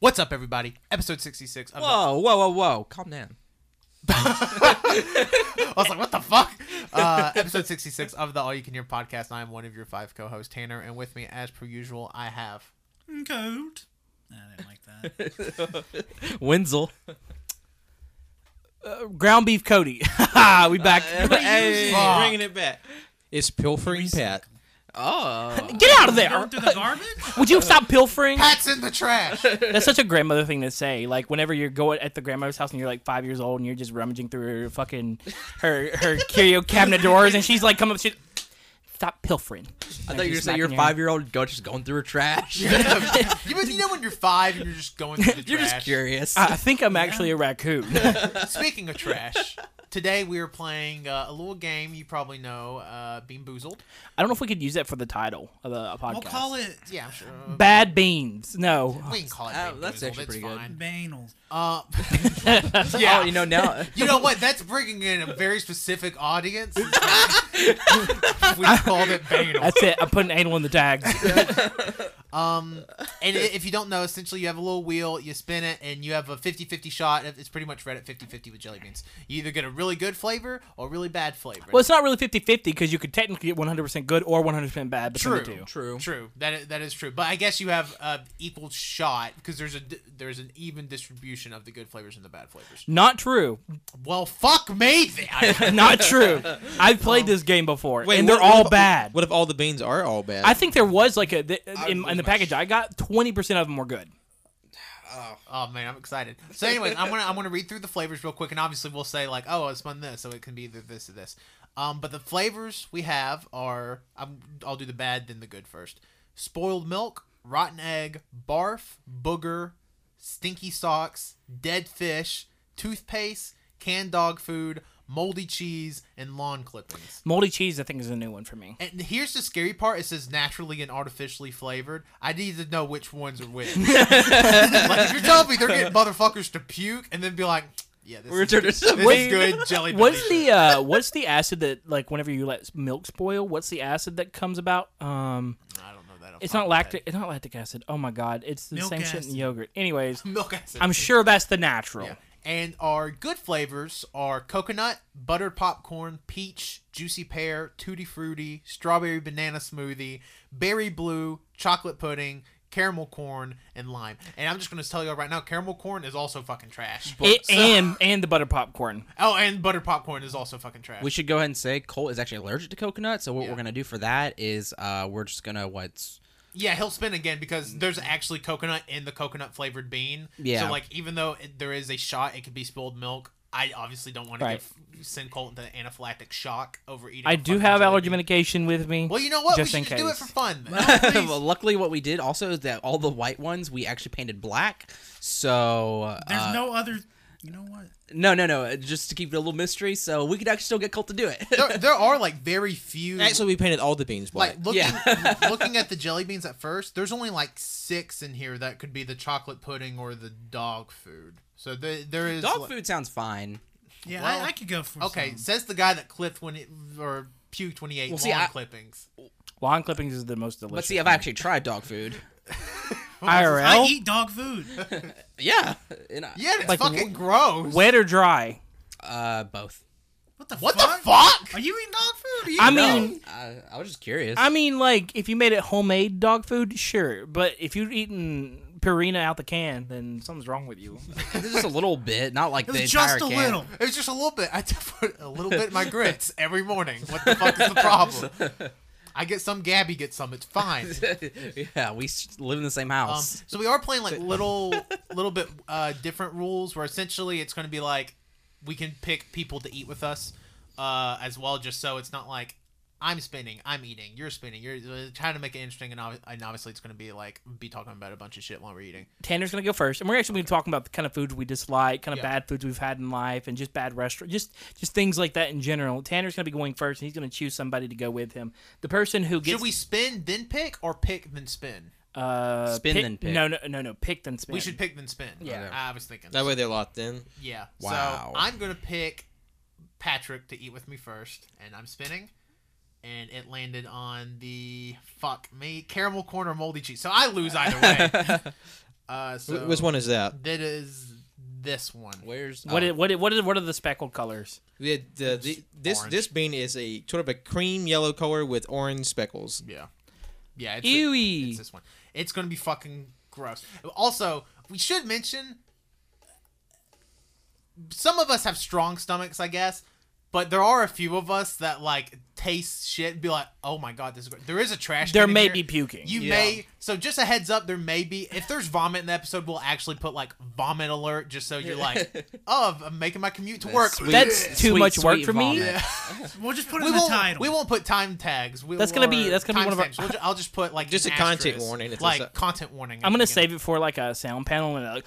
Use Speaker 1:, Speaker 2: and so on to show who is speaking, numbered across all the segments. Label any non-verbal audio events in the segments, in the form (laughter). Speaker 1: What's up, everybody? Episode 66. Of the-
Speaker 2: Whoa, whoa, whoa, whoa! Calm down.
Speaker 1: I was like, what the fuck? Uh, episode 66 of the All You Can Hear podcast. I'm one of your five co hosts, Tanner, and with me, as per usual, I have.
Speaker 3: Code. Nah, I didn't like that.
Speaker 2: Wenzel.
Speaker 4: Uh, Ground beef Cody. (laughs) we back.
Speaker 2: (laughs) Uh, Hey,
Speaker 1: Fuck.
Speaker 2: bringing it back. It's pilfering Pat. Oh,
Speaker 4: Get out of there.
Speaker 3: Going through the garbage?
Speaker 4: (laughs) Would you stop pilfering?
Speaker 1: Pat's in the
Speaker 2: (laughs)
Speaker 1: trash.
Speaker 4: That's such a grandmother thing to say. Like whenever you're going at the grandmother's house and you're like five years old and you're just rummaging through her fucking her (laughs) her curio cabinet doors and she's like come up she stop pilfering.
Speaker 2: I thought you were gonna say your five-year-old go just going through her
Speaker 5: (laughs)
Speaker 2: trash.
Speaker 1: you, know- you know when you're five and you're just going through the
Speaker 2: (laughs) You're just
Speaker 1: trash?
Speaker 2: curious.
Speaker 5: Uh,
Speaker 4: I I think I'm actually a raccoon.
Speaker 1: Speaking of trash, today we are playing uh, a little game you probably know, uh, Bean Boozled.
Speaker 4: I don't know if we could use that for the title of the a podcast.
Speaker 3: We'll call it
Speaker 1: Yeah, I'm sure. uh,
Speaker 4: Bad beans. No.
Speaker 1: we can call it
Speaker 2: Oh,
Speaker 1: Bean
Speaker 2: that's
Speaker 1: Boozled.
Speaker 2: actually
Speaker 1: it's
Speaker 2: pretty good.
Speaker 1: fine.
Speaker 3: banal.
Speaker 2: (laughs)
Speaker 1: Uh,
Speaker 2: (laughs)
Speaker 1: (laughs)
Speaker 2: Oh, you know now.
Speaker 1: You know what? That's bringing in a very specific audience. (laughs) we called it banal.
Speaker 4: That's it. I'm putting anal in the tags.
Speaker 1: Um, and i- if you don't know, essentially you have a little wheel, you spin it, and you have a 50-50 shot. It- It's pretty much red at 50-50 with jelly beans. You either get a really good flavor or a really bad flavor.
Speaker 4: Well, it's not really 50-50 because you could technically get 100% good or 100% bad between
Speaker 1: true,
Speaker 4: the two.
Speaker 2: True.
Speaker 1: true. That is, that is true. But I guess you have an equal shot because there's a d- there's an even distribution of the good flavors and the bad flavors.
Speaker 4: Not true.
Speaker 1: Well, fuck me. Then. I-
Speaker 4: (laughs) Not true. I've played this game before,
Speaker 5: (laughs) Wait,
Speaker 4: and
Speaker 5: what-
Speaker 4: they're
Speaker 5: what
Speaker 4: all
Speaker 5: if-
Speaker 4: bad.
Speaker 5: What if all the beans are all bad?
Speaker 4: I think there was like a th- in,
Speaker 5: lose
Speaker 4: in the
Speaker 5: my
Speaker 4: package
Speaker 5: sh-
Speaker 4: I got twenty percent of them were good.
Speaker 1: Oh man, I'm excited. So, anyways, I'm gonna I'm gonna read through the flavors real quick, and obviously we'll say like, oh, I spun this, so it can be either this or this. Um, but the flavors we have are I'm, I'll do the bad then the good first. Spoiled milk, rotten egg, barf, booger, stinky socks, dead fish, toothpaste, canned dog food, moldy cheese, and lawn clippings.
Speaker 4: Moldy cheese, I think, is a new one
Speaker 1: (laughs)
Speaker 4: for me.
Speaker 1: And here's the scary part: it says naturally and artificially flavored. I need to know which ones are
Speaker 4: (laughs)
Speaker 1: which. like if you're telling me they're getting motherfuckers to puke and then be like, "Yeah, this,
Speaker 2: We're
Speaker 1: is,
Speaker 2: turning
Speaker 1: this
Speaker 2: to-
Speaker 1: is
Speaker 2: wait.
Speaker 1: good jelly."
Speaker 4: What's the uh, what's the acid that like whenever you let milk spoil? What's the acid that comes about? Um,
Speaker 1: I don't know that. off
Speaker 4: it's
Speaker 1: the top
Speaker 4: not
Speaker 1: of my head.
Speaker 4: lactic. It's not lactic acid. Oh my god, it's the
Speaker 3: Milk
Speaker 4: same shit
Speaker 3: acid.
Speaker 4: in yogurt. Anyways,
Speaker 1: Milk acid.
Speaker 4: I'm sure that's the natural.
Speaker 1: Yeah. And our good flavors are coconut, buttered popcorn, peach, juicy pear, tutti frutti, strawberry banana smoothie, berry blue, chocolate pudding, caramel corn, and lime. And I'm just gonna tell you all right now, caramel corn is also fucking trash.
Speaker 4: It- and and the butter popcorn.
Speaker 1: Oh, and buttered popcorn is also fucking trash.
Speaker 2: (laughs) We should go ahead and say Colt is actually allergic to coconut. So what
Speaker 1: Yeah.
Speaker 2: we're gonna do for that is uh, we're just gonna
Speaker 5: (laughs)
Speaker 2: what's
Speaker 1: yeah, he'll spin again because there's actually coconut in the coconut flavored bean.
Speaker 2: Yeah.
Speaker 1: So like, even though it, there is a shot, it could be spilled milk. I obviously don't want
Speaker 4: Right.
Speaker 1: to send Colton to anaphylactic shock over eating.
Speaker 4: I
Speaker 1: a
Speaker 4: do
Speaker 1: fucking
Speaker 4: have
Speaker 1: jelly
Speaker 4: allergy
Speaker 1: bean.
Speaker 4: medication with me.
Speaker 1: Well, you know what?
Speaker 4: just
Speaker 1: we
Speaker 4: in
Speaker 1: should just do it
Speaker 4: case.
Speaker 1: for fun.
Speaker 2: (laughs)
Speaker 1: Then.
Speaker 2: well, luckily, what we did also is that all the white ones we actually painted black. So
Speaker 3: There's
Speaker 2: uh,
Speaker 3: no other. You know what?
Speaker 2: no, no, no, Just to keep it a little mystery, so we could actually still get Colt to
Speaker 5: (laughs)
Speaker 2: do it.
Speaker 1: there, there are like very few.
Speaker 5: actually we painted all the beans black.
Speaker 1: like looking (laughs)
Speaker 5: (laughs)
Speaker 1: looking
Speaker 2: (laughs)
Speaker 1: at the jelly beans at first, there's only like six in here that could be the chocolate pudding or the dog food. So the, there is
Speaker 2: Dog
Speaker 1: like-
Speaker 2: food sounds fine.
Speaker 3: Yeah,
Speaker 1: Well,
Speaker 3: I, I could go for
Speaker 1: Okay,
Speaker 3: some.
Speaker 1: says the guy that clipped when it or puked when he ate
Speaker 2: Well, see,
Speaker 1: lawn
Speaker 2: I-
Speaker 1: clippings.
Speaker 4: Lawn clippings is the most delicious.
Speaker 2: But see, I've actually tried dog food.
Speaker 5: (laughs)
Speaker 4: IRL,
Speaker 3: I eat dog food.
Speaker 2: Yeah, and uh, I,
Speaker 1: Yeah, it's
Speaker 4: Like,
Speaker 1: fucking gross.
Speaker 4: wet or dry.
Speaker 2: uh, both.
Speaker 3: What the
Speaker 1: what the
Speaker 3: fuck?
Speaker 1: fuck?
Speaker 3: Are you eating dog food? Are you
Speaker 4: I
Speaker 2: No,
Speaker 4: mean,
Speaker 2: I, I was just curious. (laughs)
Speaker 4: I mean, like if you made it homemade dog food, sure. But if you're eating Purina out the can, then something's wrong
Speaker 2: (laughs)
Speaker 4: with you.
Speaker 2: just a little bit, not like
Speaker 3: it
Speaker 2: the
Speaker 3: was
Speaker 2: entire
Speaker 3: just a
Speaker 2: can.
Speaker 3: little.
Speaker 1: It was just a little bit. I (laughs) just put a little bit in my grits every morning. What the fuck is the problem? I get some, Gabby gets some. It's fine.
Speaker 2: (laughs) yeah, we s- live in the same
Speaker 1: Um,
Speaker 2: house.
Speaker 1: so we are playing
Speaker 4: uh,
Speaker 1: like
Speaker 4: (laughs)
Speaker 1: little, little bit uh, different rules where essentially it's going to be like we can pick people to eat with us uh, as well, just so it's not like I'm spinning, I'm eating, you're spinning, you're uh, trying to make it interesting, and, ob- and obviously it's going to be like be talking about a bunch of shit while we're eating.
Speaker 4: Tanner's gonna go first, and we're actually gonna be talking about the kind of foods we dislike, kind of
Speaker 1: Yeah.
Speaker 4: bad foods we've had in life, and just bad restaurant, just just things like that in general. Tanner's gonna be going first, and he's gonna choose somebody to go with him. The person who gets
Speaker 1: Should we spin then pick or pick then spin?
Speaker 4: uh,
Speaker 2: Spin, then pick.
Speaker 4: No, no, no, no. Pick then spin.
Speaker 1: We should pick then spin.
Speaker 4: Yeah.
Speaker 1: I was thinking
Speaker 5: That way they're locked in.
Speaker 1: Yeah.
Speaker 2: Wow.
Speaker 1: So I'm gonna pick Patrick to eat with me first, and I'm spinning, and it landed
Speaker 5: (laughs)
Speaker 1: on the fuck me caramel corn or moldy cheese. So I lose either way. Uh, so
Speaker 5: Wh- Which one is that?
Speaker 1: That is this one.
Speaker 2: Where's
Speaker 4: What
Speaker 2: oh,
Speaker 4: i- what i- what are what are the speckled colors?
Speaker 5: The, the, the, this
Speaker 1: orange.
Speaker 5: this bean is a sort of a cream yellow color with orange speckles.
Speaker 1: Yeah, yeah. It's
Speaker 4: Ewy.
Speaker 1: It's this one. It's gonna be fucking gross. Also, we should mention some of us have strong stomachs, I guess, but there are a few of us that like taste shit and be like, "Oh my god, this is." Great. There is a trash.
Speaker 4: There
Speaker 1: can in
Speaker 4: may
Speaker 1: here.
Speaker 4: be puking.
Speaker 1: You
Speaker 5: Yeah.
Speaker 1: may. So just a heads up, there may be. If there's vomit in the episode, we'll actually put like vomit alert, just so you're like,
Speaker 4: (laughs)
Speaker 1: "Oh, I'm making my commute to work."
Speaker 4: That's too
Speaker 2: Sweet,
Speaker 4: much work
Speaker 2: sweet
Speaker 4: for me.
Speaker 2: vomit.
Speaker 1: Yeah.
Speaker 3: We'll just put it
Speaker 1: we
Speaker 3: in the
Speaker 1: won't.
Speaker 3: title.
Speaker 1: We won't put time tags. We
Speaker 4: That's gonna be- that's gonna be one of our-
Speaker 1: timestamps. We'll ju- I'll just put like
Speaker 5: Just
Speaker 1: an
Speaker 5: a content
Speaker 1: asterisk,
Speaker 5: warning. It's
Speaker 1: like
Speaker 5: a-
Speaker 1: content warning.
Speaker 4: I'm gonna save it for like a sound panel and like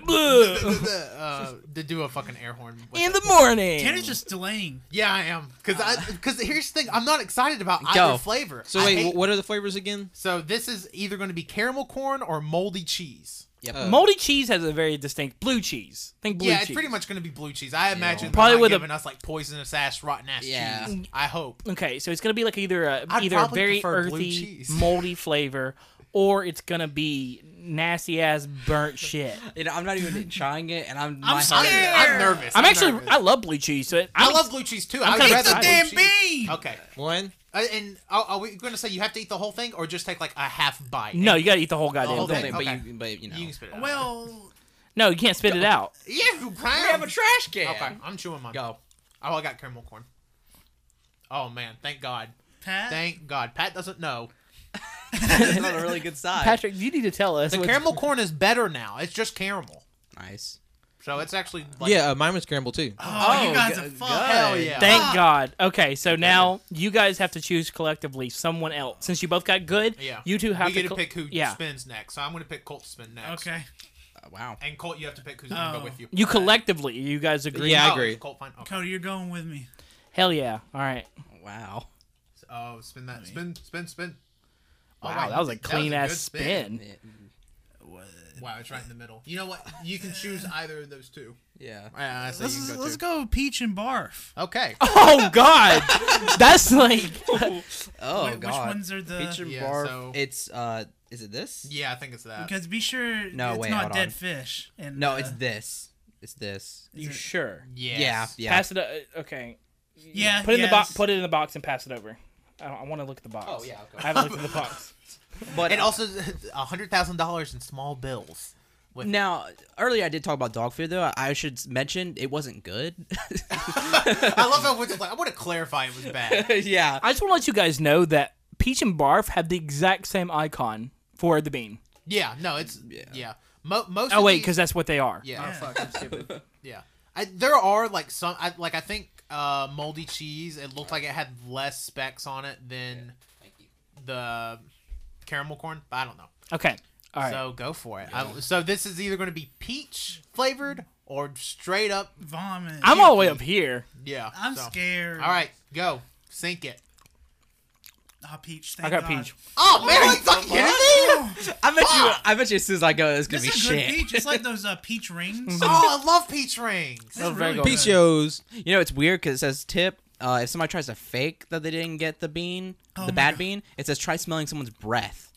Speaker 1: (laughs)
Speaker 4: bleh,
Speaker 1: uh, to do a fucking air horn. with
Speaker 4: in
Speaker 1: it.
Speaker 4: the morning.
Speaker 3: Tanner's just delaying.
Speaker 1: yeah, I am because I because here's the thing. I'm not excited about either
Speaker 2: Go.
Speaker 1: flavor.
Speaker 5: So
Speaker 1: I
Speaker 5: wait,
Speaker 1: hate-
Speaker 5: wh- what are the flavors again?
Speaker 1: so this is either going to be caramel corn or moldy cheese.
Speaker 2: Yep.
Speaker 5: Uh,
Speaker 4: moldy cheese has a very distinct blue cheese. Think blue
Speaker 1: yeah,
Speaker 4: cheese.
Speaker 1: it's pretty much going to be blue cheese. I imagine
Speaker 4: Probably
Speaker 1: probably
Speaker 4: with a-
Speaker 1: giving us like poisonous ass rotten ass
Speaker 2: Yeah.
Speaker 1: cheese. I hope.
Speaker 4: Okay, so it's gonna be like either a
Speaker 1: I'd
Speaker 4: either a
Speaker 1: probably
Speaker 4: very
Speaker 1: prefer blue
Speaker 4: earthy,
Speaker 1: cheese. (laughs)
Speaker 4: moldy flavor, or it's gonna be nasty ass burnt shit.
Speaker 2: You know, I'm not even trying it, and I'm.
Speaker 3: I'm
Speaker 2: my
Speaker 1: I'm,
Speaker 3: sorry.
Speaker 2: heart-
Speaker 1: I'm nervous.
Speaker 4: I'm actually
Speaker 1: nervous.
Speaker 4: I love blue cheese. So it,
Speaker 1: I love blue cheese too. I would
Speaker 4: kinda
Speaker 1: rather
Speaker 4: excited.
Speaker 1: blue
Speaker 3: Damn
Speaker 1: cheese.
Speaker 3: bean!
Speaker 1: Okay.
Speaker 5: One.
Speaker 1: Uh, and are, are we going to say you have to eat the whole thing, or just take like a half bite?
Speaker 4: No, you gotta eat the whole
Speaker 1: The
Speaker 4: goddamn
Speaker 1: whole
Speaker 4: thing.
Speaker 1: thing.
Speaker 2: But
Speaker 1: Oh, Okay.
Speaker 2: you, but you know.
Speaker 1: you can spit it out.
Speaker 3: Well,
Speaker 4: No, you can't spit it out.
Speaker 1: yeah, you clown.
Speaker 2: we have a trash can.
Speaker 1: Okay, I'm chewing mine.
Speaker 2: Go. (laughs)
Speaker 1: Oh, I got caramel corn. Oh man, thank God,
Speaker 3: Pat.
Speaker 1: thank God. Pat doesn't know.
Speaker 2: That's not a really good side.
Speaker 4: Patrick, you need to tell us.
Speaker 1: The
Speaker 4: what-
Speaker 1: caramel corn is better now. It's just caramel,
Speaker 2: Nice.
Speaker 1: so it's actually like,
Speaker 5: yeah, uh, mine was scrambled too.
Speaker 3: Oh, you guys
Speaker 2: go-
Speaker 3: are
Speaker 2: good.
Speaker 3: fucked.
Speaker 1: hell yeah.
Speaker 4: Thank
Speaker 3: Ah.
Speaker 4: God. Okay, so now you guys have to choose collectively someone else. Since you both got good,
Speaker 1: yeah.
Speaker 4: you two have
Speaker 1: we get to
Speaker 4: col-
Speaker 1: pick who
Speaker 4: yeah.
Speaker 1: spins next. So I'm gonna pick Colt to spin next.
Speaker 3: Okay.
Speaker 2: Uh, wow.
Speaker 1: And Colt, you have to pick who's gonna
Speaker 3: Oh.
Speaker 1: go with you.
Speaker 4: You collectively, you guys agree?
Speaker 5: Yeah, I
Speaker 1: Oh,
Speaker 5: agree.
Speaker 1: Colt, fine. Okay.
Speaker 3: Cody, you're going with me.
Speaker 4: Hell yeah. All right.
Speaker 2: Wow.
Speaker 1: Oh, spin that. Spin, spin, spin. Oh,
Speaker 4: Wow, that was a
Speaker 1: good
Speaker 4: clean ass
Speaker 1: spin.
Speaker 4: spin.
Speaker 1: Wow, it's right in the middle. You know what? You can choose either of those two.
Speaker 2: Yeah.
Speaker 1: Uh, so
Speaker 3: Let's
Speaker 1: you can
Speaker 3: go,
Speaker 1: go
Speaker 3: let's
Speaker 1: two.
Speaker 3: go peach and barf.
Speaker 1: (laughs) Okay.
Speaker 4: (laughs) Oh God, that's like
Speaker 2: Oh
Speaker 3: Wait, which
Speaker 2: God.
Speaker 3: ones are the-
Speaker 2: Feature
Speaker 1: Yeah,
Speaker 2: barf.
Speaker 1: so-
Speaker 2: It's uh. Is it this?
Speaker 1: Yeah, I think it's that.
Speaker 3: Because be sure
Speaker 2: No,
Speaker 3: it's
Speaker 2: wait,
Speaker 3: not
Speaker 2: hold
Speaker 3: dead
Speaker 2: on.
Speaker 3: fish. And,
Speaker 2: No,
Speaker 3: uh,
Speaker 2: it's this. It's this.
Speaker 4: you sure?
Speaker 1: Yes.
Speaker 2: Yeah. Yeah.
Speaker 4: Pass it. o- Okay.
Speaker 3: yeah.
Speaker 4: Put it in the box.
Speaker 3: yes.
Speaker 4: Put it in the box and pass it over. I, I want to look at the box.
Speaker 2: Oh, yeah, okay.
Speaker 4: I haven't looked at the box.
Speaker 2: But uh,
Speaker 1: And also (laughs) a hundred thousand dollars in small bills. With
Speaker 2: Now, earlier I did talk about dog food, though. I should s- mention it wasn't good. (laughs)
Speaker 1: I love how it's like I want to clarify it was bad.
Speaker 3: (laughs)
Speaker 2: yeah.
Speaker 4: I just want to let you guys know that Peach and Barf have the exact same icon for the bean.
Speaker 1: Yeah. No, it's yeah. Mo- most.
Speaker 4: Oh
Speaker 1: of
Speaker 4: wait,
Speaker 1: the-
Speaker 4: because that's what they are.
Speaker 1: yeah.
Speaker 2: Oh,
Speaker 3: Yeah.
Speaker 1: fuck, I'm stupid. yeah. I, there are like some I, like I think uh, moldy cheese. It looked like it had less specks on it than the caramel corn. But I don't know.
Speaker 4: Okay. All right.
Speaker 1: So go for it. I- so this is either going to be peach flavored or straight up.
Speaker 3: Vomit.
Speaker 4: I'm all the way up here.
Speaker 1: Yeah.
Speaker 3: I'm
Speaker 1: so.
Speaker 3: scared.
Speaker 1: All right, go sink it.
Speaker 3: Ah, peach.
Speaker 4: I
Speaker 3: Thank
Speaker 4: got
Speaker 3: God.
Speaker 4: peach.
Speaker 1: Oh man, are you fucking kidding me?
Speaker 2: (laughs) I bet you. I bet you as soon as I go, it's gonna
Speaker 3: This
Speaker 2: be
Speaker 3: is a good
Speaker 2: shit.
Speaker 3: peach. It's like those uh, peach rings.
Speaker 1: Oh, I love peach rings.
Speaker 4: Oh, Mm-hmm. very good.
Speaker 5: Peachios.
Speaker 2: You know, it's weird because it says tip. Uh, if somebody tries to fake that they didn't get the bean,
Speaker 3: Oh
Speaker 2: the
Speaker 3: my
Speaker 2: bad
Speaker 3: God.
Speaker 2: bean, it says try smelling someone's breath.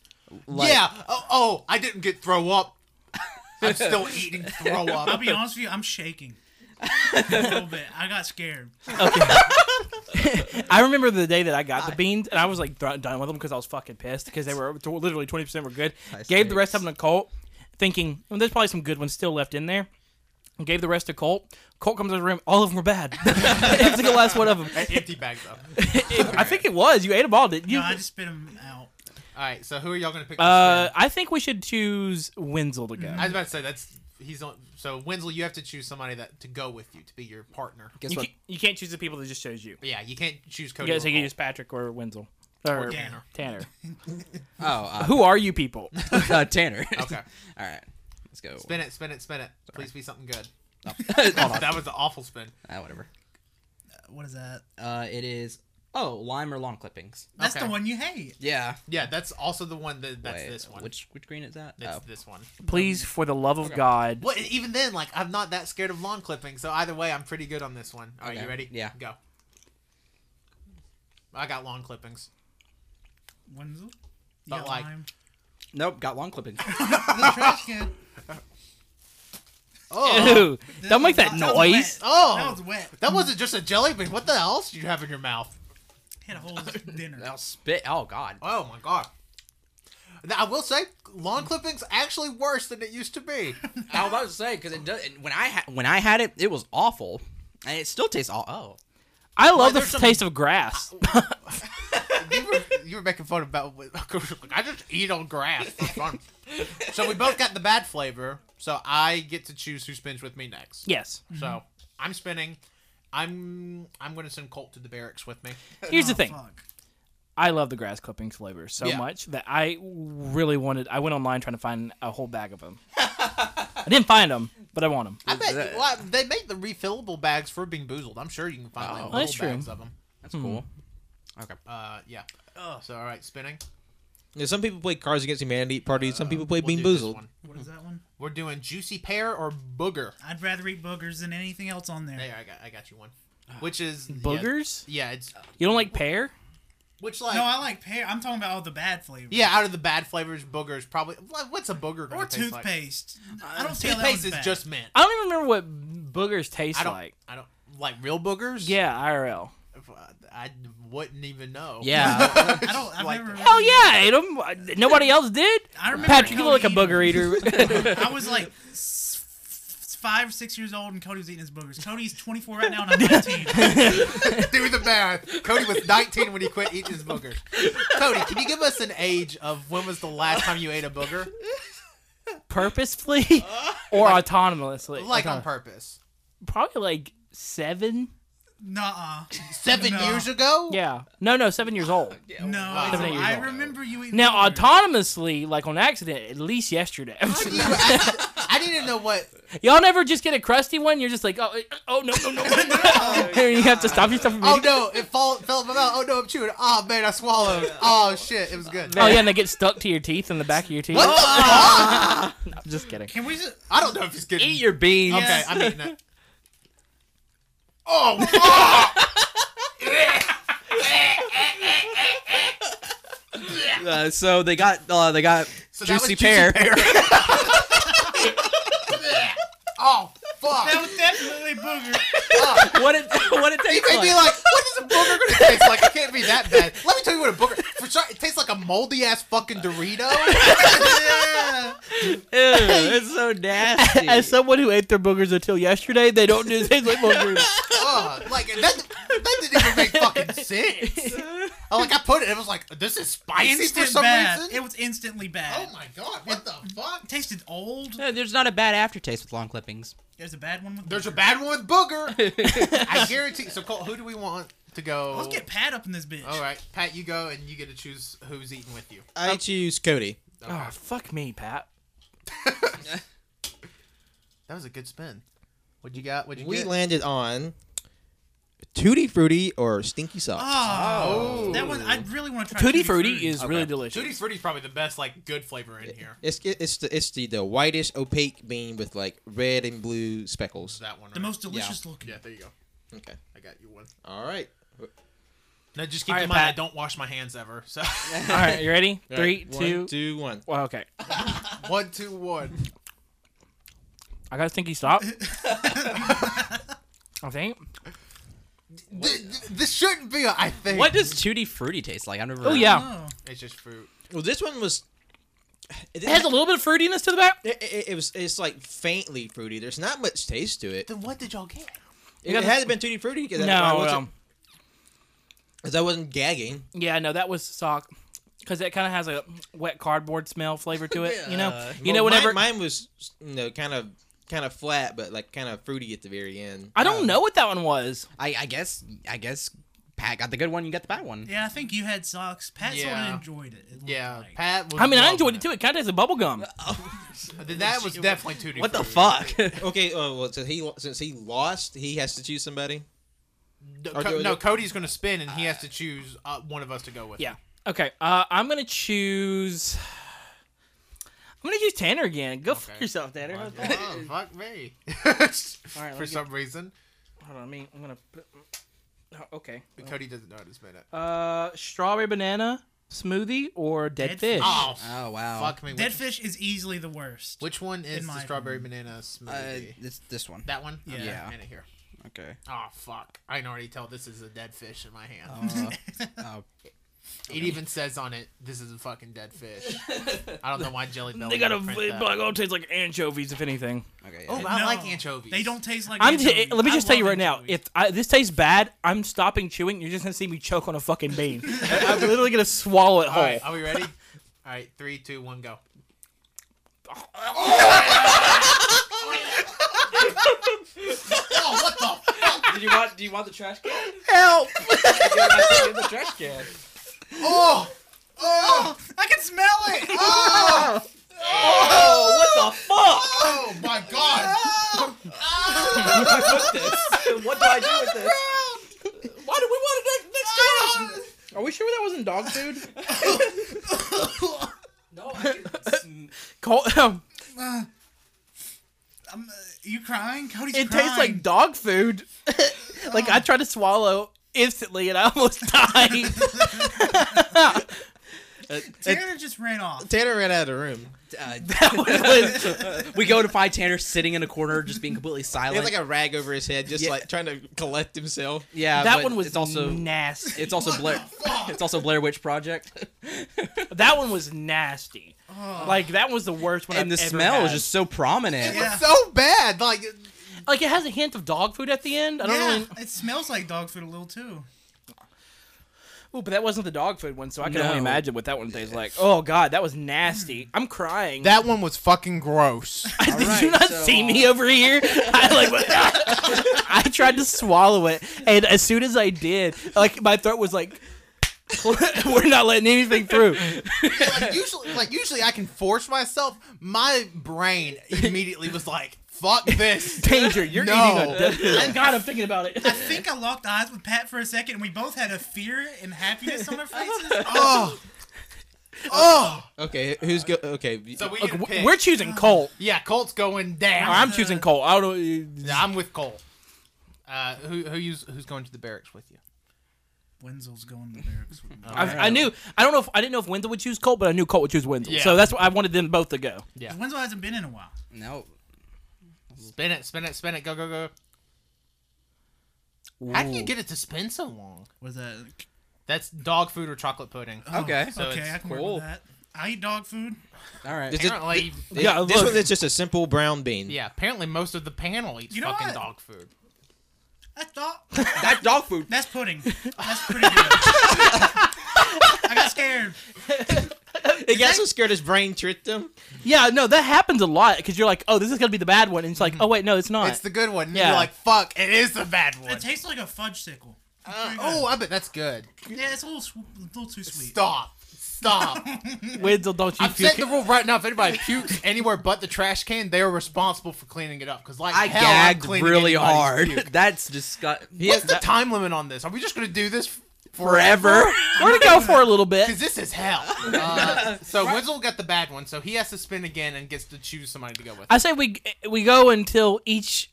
Speaker 2: Like-
Speaker 1: yeah. Oh, oh, I didn't get throw up. I'm still
Speaker 4: (laughs)
Speaker 1: eating throw
Speaker 3: I'll
Speaker 1: up.
Speaker 3: be honest with you. I'm shaking. a little bit. I got scared.
Speaker 4: I remember the day that I got the beans, and I was like th- done with them because I was fucking pissed because they were t- literally twenty percent were good.
Speaker 2: Nice
Speaker 4: Gave the rest of
Speaker 2: takes.
Speaker 4: them to Colt, thinking well, there's probably some good ones still left in there. Gave the rest to Colt. Colt comes in the room. All of them were bad. (laughs) Every single last one
Speaker 3: (laughs)
Speaker 4: of them.
Speaker 1: (laughs) Empty bag though.
Speaker 4: I think it was you ate them all, didn't you?
Speaker 3: No, I just spit them out.
Speaker 1: All right, so who are y'all gonna pick? to
Speaker 4: uh,
Speaker 1: spin?
Speaker 4: I think we should choose Wenzel to go.
Speaker 3: Mm-hmm.
Speaker 1: I was about to say that's he's on. So Wenzel, you have to choose somebody that to go with you to be your partner.
Speaker 2: Guess
Speaker 4: You,
Speaker 2: what?
Speaker 4: can't, you can't choose the people that just chose you.
Speaker 1: Yeah, you can't choose
Speaker 4: You
Speaker 1: Cody.
Speaker 4: guys
Speaker 1: or
Speaker 4: you can
Speaker 1: Cole.
Speaker 4: use Patrick or Wenzel or,
Speaker 3: Tanner.
Speaker 4: Tanner.
Speaker 2: Oh, (laughs) uh,
Speaker 4: Who are
Speaker 3: (laughs)
Speaker 4: you people?
Speaker 2: (laughs) uh, Tanner.
Speaker 1: Okay.
Speaker 2: All right. Let's go. (laughs) Oh,
Speaker 1: Spin it, spin it, spin it. Please be something good.
Speaker 2: Hold
Speaker 1: (laughs)
Speaker 2: on.
Speaker 1: That was an awful spin.
Speaker 2: Ah, whatever.
Speaker 3: What is that?
Speaker 2: Uh, it is. Oh, lime or lawn clippings.
Speaker 3: That's
Speaker 1: Okay.
Speaker 3: the one you hate.
Speaker 2: Yeah.
Speaker 1: Yeah, that's also the one that that's
Speaker 2: Wait,
Speaker 1: this one.
Speaker 2: Which which green is that?
Speaker 1: that's
Speaker 2: Oh.
Speaker 1: this one.
Speaker 4: Please, for the love of God.
Speaker 1: Well, even then, like I'm not that scared of lawn clipping, so either way, I'm pretty good on this one. All right, you
Speaker 2: Okay,
Speaker 1: ready?
Speaker 2: yeah.
Speaker 1: Go. I got lawn clippings.
Speaker 3: Wenzel. You
Speaker 1: But
Speaker 3: got
Speaker 1: like-
Speaker 3: lime.
Speaker 2: Nope, got lawn clippings.
Speaker 3: The trash can.
Speaker 1: Oh,
Speaker 4: Ew, don't make that
Speaker 3: sounds
Speaker 4: noise.
Speaker 3: wet.
Speaker 1: (laughs) Oh.
Speaker 3: That was wet.
Speaker 1: that wasn't just a jelly bean. What the else did you have in your mouth?
Speaker 3: Hit a whole dinner.
Speaker 2: (laughs) I'll spit. Oh God.
Speaker 1: (laughs) Oh my god. Now, I will say, lawn clippings actually worse than it used to be.
Speaker 2: I was about to say because it does. and When I ha- when I had it, it was awful, and it still tastes all. Oh,
Speaker 4: I love the
Speaker 1: there's some-
Speaker 4: taste
Speaker 1: (laughs)
Speaker 4: of grass.
Speaker 1: You were, you were making fun about. I just eat on grass for fun. So we both got the bad flavor. So I get to choose who spins with me next.
Speaker 4: (laughs) yes.
Speaker 1: So I'm spinning. I'm I'm gonna send Colt to the barracks with me.
Speaker 4: Here's the
Speaker 3: Oh,
Speaker 4: thing.
Speaker 3: fuck.
Speaker 4: I love the grass clippings flavor so
Speaker 1: Yeah.
Speaker 4: much that I really wanted. I went online trying to find a whole bag of them. I didn't find them, but I want them.
Speaker 1: I bet
Speaker 2: that-
Speaker 1: well, they make the refillable bags for being boozled. I'm sure you can find like,
Speaker 2: Oh.
Speaker 1: little
Speaker 4: That's true.
Speaker 1: bags of them.
Speaker 2: that's cool. Okay.
Speaker 1: Uh, yeah. So all right, spinning.
Speaker 5: You know, some people play Cards Against Humanity party. Some people play
Speaker 1: Uh, We'll
Speaker 5: Bean
Speaker 1: do this
Speaker 5: Boozled.
Speaker 1: one.
Speaker 3: What is that one?
Speaker 1: We're doing juicy pear or booger.
Speaker 3: I'd rather eat boogers than anything else on there.
Speaker 1: There, I got, I got you one. Which is yeah,
Speaker 4: Boogers?
Speaker 1: Yeah, it's
Speaker 4: You don't like pear?
Speaker 1: which like
Speaker 3: No, I like pear. I'm talking about all the bad flavors.
Speaker 1: yeah, out of the bad flavors, boogers probably. what- What's a booger? gonna
Speaker 3: Or
Speaker 1: taste like? uh,
Speaker 3: toothpaste. I don't feel that
Speaker 1: Toothpaste
Speaker 3: one's
Speaker 1: is
Speaker 3: bad.
Speaker 1: just mint.
Speaker 4: I don't even remember what boogers taste
Speaker 1: I don't.
Speaker 4: like.
Speaker 1: I don't like real boogers. uh,
Speaker 4: Yeah, IRL.
Speaker 1: I wouldn't even
Speaker 4: (laughs)
Speaker 1: know. (laughs)
Speaker 2: Yeah.
Speaker 3: I don't. I've
Speaker 1: like
Speaker 3: never.
Speaker 1: that.
Speaker 4: Hell yeah, I ate 'em. I- Nobody else did.
Speaker 3: I remember
Speaker 4: Patrick, you look like a
Speaker 3: Cody
Speaker 4: booger eater.
Speaker 1: (laughs)
Speaker 4: (laughs)
Speaker 3: I was like s- f- five, six years old, and Cody was eating his boogers. Cody's 24 right now, and I'm 19.
Speaker 1: (laughs)
Speaker 4: (laughs)
Speaker 1: Do the math. Cody was 19 when he quit eating his boogers. Cody, can you give us an age of when was the last time you ate a booger?
Speaker 4: Purposefully
Speaker 1: (laughs)
Speaker 4: or autonomously?
Speaker 1: Like um, on
Speaker 4: Autonom-
Speaker 1: purpose.
Speaker 4: probably like seven.
Speaker 3: Nuh-uh.
Speaker 1: Seven
Speaker 3: No.
Speaker 1: years ago?
Speaker 4: Yeah. No, no, seven years old.
Speaker 3: No,
Speaker 1: Seven,
Speaker 4: eight years
Speaker 3: I
Speaker 4: old.
Speaker 3: remember you eating
Speaker 4: Now
Speaker 3: boogers.
Speaker 4: autonomously, like on accident, at least yesterday.
Speaker 1: (laughs) You- I, I need to know what.
Speaker 4: (laughs) Y'all never just get a crusty one. You're just like, oh, uh, oh no, no, no, (laughs) no. And you have to stop yourself from
Speaker 1: Oh
Speaker 4: eating.
Speaker 1: no, it fall, fell in my mouth. Oh no, I'm chewing. Oh man, I (laughs) swallowed. Oh shit, it was good.
Speaker 4: Oh yeah, and they get stuck to your teeth in the back of your teeth.
Speaker 1: What the
Speaker 4: (laughs)
Speaker 1: fuck?
Speaker 4: No, just kidding.
Speaker 3: Can we just...
Speaker 1: I don't know if it's good.
Speaker 2: Eat your beans.
Speaker 1: Okay,
Speaker 3: Yes.
Speaker 1: I'm eating it. (laughs) Oh, fuck!
Speaker 2: Uh, so they got uh, they got
Speaker 1: So that was
Speaker 2: juicy pear. (laughs)
Speaker 1: (laughs) oh, fuck!
Speaker 3: That was
Speaker 1: (laughs)
Speaker 3: definitely booger.
Speaker 2: what
Speaker 4: (laughs)
Speaker 2: it what it
Speaker 1: You
Speaker 2: tastes
Speaker 1: made
Speaker 2: like?
Speaker 1: me like, what is a booger gonna taste like? It can't be that bad. Let me tell you what a booger. For sure, it tastes like a moldy ass fucking Dorito. yeah.
Speaker 2: Ew, it's so nasty.
Speaker 4: (laughs) As someone who ate their boogers until yesterday, they don't do things like (laughs) boogers.
Speaker 1: Oh, like that, that didn't even make fucking sense. Oh, like I put it, it was like this is spicy for
Speaker 3: Instant
Speaker 1: some
Speaker 3: bad.
Speaker 1: reason.
Speaker 3: It was instantly bad.
Speaker 1: oh my god, what the fuck?
Speaker 3: Tasted old.
Speaker 2: No, there's not a bad aftertaste with long clippings.
Speaker 3: There's a bad one with
Speaker 1: There's a
Speaker 3: booger.
Speaker 1: bad one with booger.
Speaker 4: (laughs)
Speaker 1: I guarantee. So Colt, who do we want to go?
Speaker 3: Let's get Pat up in this bitch.
Speaker 1: All right, Pat, you go, and you get to choose who's eating with you.
Speaker 5: I
Speaker 4: Um,
Speaker 5: choose Cody.
Speaker 1: Okay.
Speaker 4: Oh fuck me, Pat.
Speaker 1: That was a good spin. What you got? What you
Speaker 5: We
Speaker 1: get?
Speaker 5: landed on Tutti Frutti or Stinky Socks.
Speaker 4: Ah.
Speaker 3: Oh,
Speaker 1: Oh.
Speaker 3: that one. I really want to try.
Speaker 4: Tutti frutti is really (laughs) delicious.
Speaker 1: Tutti Frutti's probably the best, like, good flavor in here.
Speaker 5: It's it- it's the it's the, the whitest opaque bean with like red and blue speckles.
Speaker 1: That one.
Speaker 3: the
Speaker 1: right?
Speaker 3: most delicious looking.
Speaker 1: Yeah, there you go.
Speaker 5: Okay.
Speaker 1: I got you one.
Speaker 5: All right.
Speaker 1: Now just keep in
Speaker 4: All right,
Speaker 1: mind I
Speaker 4: Pat.
Speaker 1: don't wash my hands ever. So
Speaker 4: All right, you ready?
Speaker 5: All
Speaker 4: Three,
Speaker 5: right.
Speaker 4: two.
Speaker 5: One, two, one.
Speaker 4: Well, okay.
Speaker 1: (laughs) one, two, (laughs) one.
Speaker 4: I got a stinky (laughs) stop. I think.
Speaker 1: Th- th- this shouldn't be. A, I think.
Speaker 2: What does tutti frutti taste like? I've never.
Speaker 4: Oh yeah,
Speaker 3: Oh.
Speaker 1: It's just fruit.
Speaker 5: Well, this one was.
Speaker 4: it
Speaker 5: It,
Speaker 4: has a
Speaker 5: didn't-
Speaker 4: little bit of fruitiness to the back.
Speaker 5: it, it- it was it's like faintly fruity. There's not much taste to it.
Speaker 1: Then what did y'all get?
Speaker 5: It, it hasn't been tutti frutti because I,
Speaker 4: No,
Speaker 5: wasn't,
Speaker 4: um,
Speaker 5: 'cause I wasn't gagging.
Speaker 4: yeah, no, that was sock, because it kind of has a wet cardboard smell flavor to it.
Speaker 5: (laughs)
Speaker 4: You know,
Speaker 2: Yeah.
Speaker 4: you know,
Speaker 5: Well, mine-
Speaker 4: whenever
Speaker 5: mine, was you know kind of kind of flat, but like kind of fruity at the very end.
Speaker 4: I don't know what that one was.
Speaker 2: I, I guess I guess Pat got the good one. You got the bad one.
Speaker 3: Yeah, I think you had socks. Pat sort
Speaker 1: Yeah.
Speaker 3: of enjoyed it. it looked
Speaker 1: Yeah,
Speaker 3: like.
Speaker 1: Pat. Was
Speaker 4: I mean, I
Speaker 1: loving
Speaker 4: enjoyed it too. It kind of tastes like bubble gum.
Speaker 1: Then That was definitely tutti.
Speaker 2: (laughs) What the
Speaker 1: Frutti.
Speaker 2: fuck?
Speaker 5: Okay, uh, well, so he since he lost, he has to choose somebody.
Speaker 1: No,
Speaker 5: Or
Speaker 1: Co-
Speaker 5: do-
Speaker 1: no, Cody's gonna spin, and he has to choose uh, one of us to go with. (laughs)
Speaker 4: Yeah. Okay. Uh, I'm gonna choose. I'm gonna choose Tanner again. Go fuck
Speaker 1: Okay.
Speaker 4: yourself, Tanner.
Speaker 1: Oh,
Speaker 4: (laughs) Hold
Speaker 1: fuck (laughs) me.
Speaker 4: let
Speaker 1: For
Speaker 4: me
Speaker 1: some reason,
Speaker 4: on, I mean, I'm gonna. Put... Oh, okay.
Speaker 1: Cody doesn't know how to spin it.
Speaker 4: Uh, strawberry banana smoothie or dead,
Speaker 3: Dead
Speaker 4: fish?
Speaker 3: fish.
Speaker 1: Oh,
Speaker 2: (laughs) Oh wow.
Speaker 1: fuck me.
Speaker 3: Dead
Speaker 1: Which,
Speaker 3: fish is easily the worst.
Speaker 1: which one is
Speaker 3: In
Speaker 1: the
Speaker 3: my
Speaker 1: strawberry banana smoothie?
Speaker 2: Uh, this this one.
Speaker 1: that one. Okay,
Speaker 2: Yeah.
Speaker 1: a minute here.
Speaker 2: Okay.
Speaker 1: Oh fuck! I can already tell this is a dead fish in my hand.
Speaker 2: Uh, uh,
Speaker 1: Oh. It even says on it, "This is a fucking dead (laughs) fish." I don't know why Jelly Belly.
Speaker 4: They got a
Speaker 1: would print that.
Speaker 4: like, oh, it tastes like anchovies, if anything.
Speaker 2: okay.
Speaker 1: Oh,
Speaker 2: (laughs) yeah.
Speaker 1: I
Speaker 3: No,
Speaker 1: like anchovies.
Speaker 3: They don't taste like.
Speaker 4: I'm.
Speaker 3: anchovies.
Speaker 4: T- let me
Speaker 3: I
Speaker 4: just tell you
Speaker 3: love
Speaker 4: right now,
Speaker 3: anchovies.
Speaker 4: if I, this tastes bad, I'm stopping chewing. You're just gonna see me choke on a fucking
Speaker 2: (laughs)
Speaker 4: bean. I'm literally gonna swallow it
Speaker 1: All
Speaker 4: whole.
Speaker 1: right, are we ready? All right, three, two, one, go.
Speaker 3: oh, what the? Fuck?
Speaker 6: Did you want? Do you want the trash can?
Speaker 2: Help!
Speaker 6: Get the trash can.
Speaker 1: Oh,
Speaker 3: Oh, (laughs) I can smell it. (laughs) Oh,
Speaker 6: Oh, what the fuck?
Speaker 1: oh my god!
Speaker 6: What's this? What do I do with this? Why do we want it next, next
Speaker 2: (laughs)
Speaker 6: generation?
Speaker 2: Are we sure that wasn't dog food?
Speaker 6: No, I can.
Speaker 4: Col- (laughs) um,
Speaker 3: I'm, uh, you crying? Cody's
Speaker 4: it
Speaker 3: crying.
Speaker 4: tastes like
Speaker 2: (laughs)
Speaker 4: dog food. like I tried to swallow instantly, and I
Speaker 2: (laughs)
Speaker 4: almost died.
Speaker 3: Tanner just ran off.
Speaker 5: Tanner ran out of the room.
Speaker 2: Uh,
Speaker 4: that was,
Speaker 2: we go to find Tanner sitting in a corner, just being completely
Speaker 5: He
Speaker 2: silent.
Speaker 5: had like a rag over his head, just
Speaker 2: Yeah.
Speaker 5: like trying to collect himself.
Speaker 2: yeah,
Speaker 4: that
Speaker 2: but
Speaker 4: one was
Speaker 2: It's also
Speaker 4: nasty.
Speaker 2: it's also Blair. It's also Blair Witch Project,
Speaker 4: that one was nasty. Like that was the worst one.
Speaker 2: Oh. and the
Speaker 4: I've ever
Speaker 2: smell is
Speaker 4: had.
Speaker 2: just so prominent.
Speaker 3: Yeah.
Speaker 1: So bad. Like,
Speaker 4: like it has a hint of dog food at the end. I don't
Speaker 3: yeah,
Speaker 4: really.
Speaker 3: it smells like dog food a little too.
Speaker 4: Ooh, but that wasn't the dog food one, so I can
Speaker 2: No.
Speaker 4: only imagine what that one tastes like. Oh god, that was nasty. I'm crying.
Speaker 1: that one was fucking gross.
Speaker 4: (laughs) Did
Speaker 2: Alright,
Speaker 4: you not
Speaker 2: so,
Speaker 4: see
Speaker 2: uh,
Speaker 4: me over here? I like (laughs) I tried to swallow it, and as soon as I did, like my throat was like, (laughs) "We're not letting anything through."
Speaker 1: like, usually, like usually, I can force myself. My brain immediately was like, "Fuck
Speaker 4: (laughs)
Speaker 1: this."
Speaker 4: Danger! You're
Speaker 1: No.
Speaker 4: eating a dead food. God, I'm thinking about (laughs) it.
Speaker 3: I think I locked eyes with Pat for a second, and we both had a fear and happiness on our
Speaker 4: (laughs)
Speaker 3: faces. Oh,
Speaker 1: Oh, oh.
Speaker 5: Okay, who's go? Okay,
Speaker 1: So we
Speaker 4: Look,
Speaker 1: get a
Speaker 4: w-
Speaker 1: pick.
Speaker 4: we're choosing Colt.
Speaker 1: yeah, Colt's going down.
Speaker 4: Or I'm choosing Colt. I don't know.
Speaker 1: Yeah, I'm with Cole. Uh, who who use, who's going to the barracks with you?
Speaker 3: Wenzel's going to the barracks. with me.
Speaker 4: I, I knew. I don't know if I didn't know if Wendell would choose Colt, but I knew Colt would choose Wendell.
Speaker 1: Yeah.
Speaker 4: So that's why I wanted them both to go.
Speaker 1: Yeah.
Speaker 3: Wenzel hasn't been in a while.
Speaker 2: No,
Speaker 1: Spin it, spin it, spin it. Go go go. How do you get it to spin so long?
Speaker 3: Was that
Speaker 1: That's dog food or chocolate pudding.
Speaker 3: oh,
Speaker 2: Okay.
Speaker 1: So
Speaker 3: okay,
Speaker 1: it's
Speaker 3: I can work
Speaker 2: cool.
Speaker 3: with that. I eat dog food.
Speaker 2: all right.
Speaker 5: This-
Speaker 1: Apparently,
Speaker 4: Yeah,
Speaker 5: this
Speaker 4: look.
Speaker 5: one is just a simple brown bean.
Speaker 1: yeah. Apparently, most of the panel eats
Speaker 3: You know
Speaker 1: fucking
Speaker 3: what?
Speaker 1: dog food.
Speaker 3: That's dog.
Speaker 2: That's dog food.
Speaker 3: That's pudding. That's pretty good. I got scared.
Speaker 5: He got so scared his brain tricked him.
Speaker 4: Yeah, no, that happens a lot because you're like, oh, this is gonna be the bad one, and it's like, oh wait, no, it's not.
Speaker 1: Mm-hmm. It's the good one. Yeah.
Speaker 4: Yeah.
Speaker 1: You're like, fuck, it is the bad one.
Speaker 3: It tastes like a fudge sickle.
Speaker 1: Uh, oh, I bet that's good.
Speaker 3: Yeah, it's a little, sw- a little too sweet.
Speaker 1: Stop. Stop.
Speaker 4: Wenzel, don't you
Speaker 1: I'm
Speaker 4: feel?
Speaker 1: setting the rule right now. If anybody pukes anywhere but the trash can, they are responsible for cleaning it up. Because like
Speaker 2: I
Speaker 1: hell, I'm
Speaker 2: gagged
Speaker 1: cleaning
Speaker 2: really
Speaker 1: anybody's
Speaker 2: hard.
Speaker 4: (laughs)
Speaker 1: puke.
Speaker 2: (laughs) That's disgusting.
Speaker 1: What's the time limit on this? Are we just gonna do this f-
Speaker 2: forever.
Speaker 4: We're gonna go for a
Speaker 1: (laughs)
Speaker 4: little bit.
Speaker 1: Because this is
Speaker 4: (laughs)
Speaker 1: hell. Uh, so Wenzel got the bad one, so he has to spin again and gets to choose somebody to go with.
Speaker 4: I say we we go until each.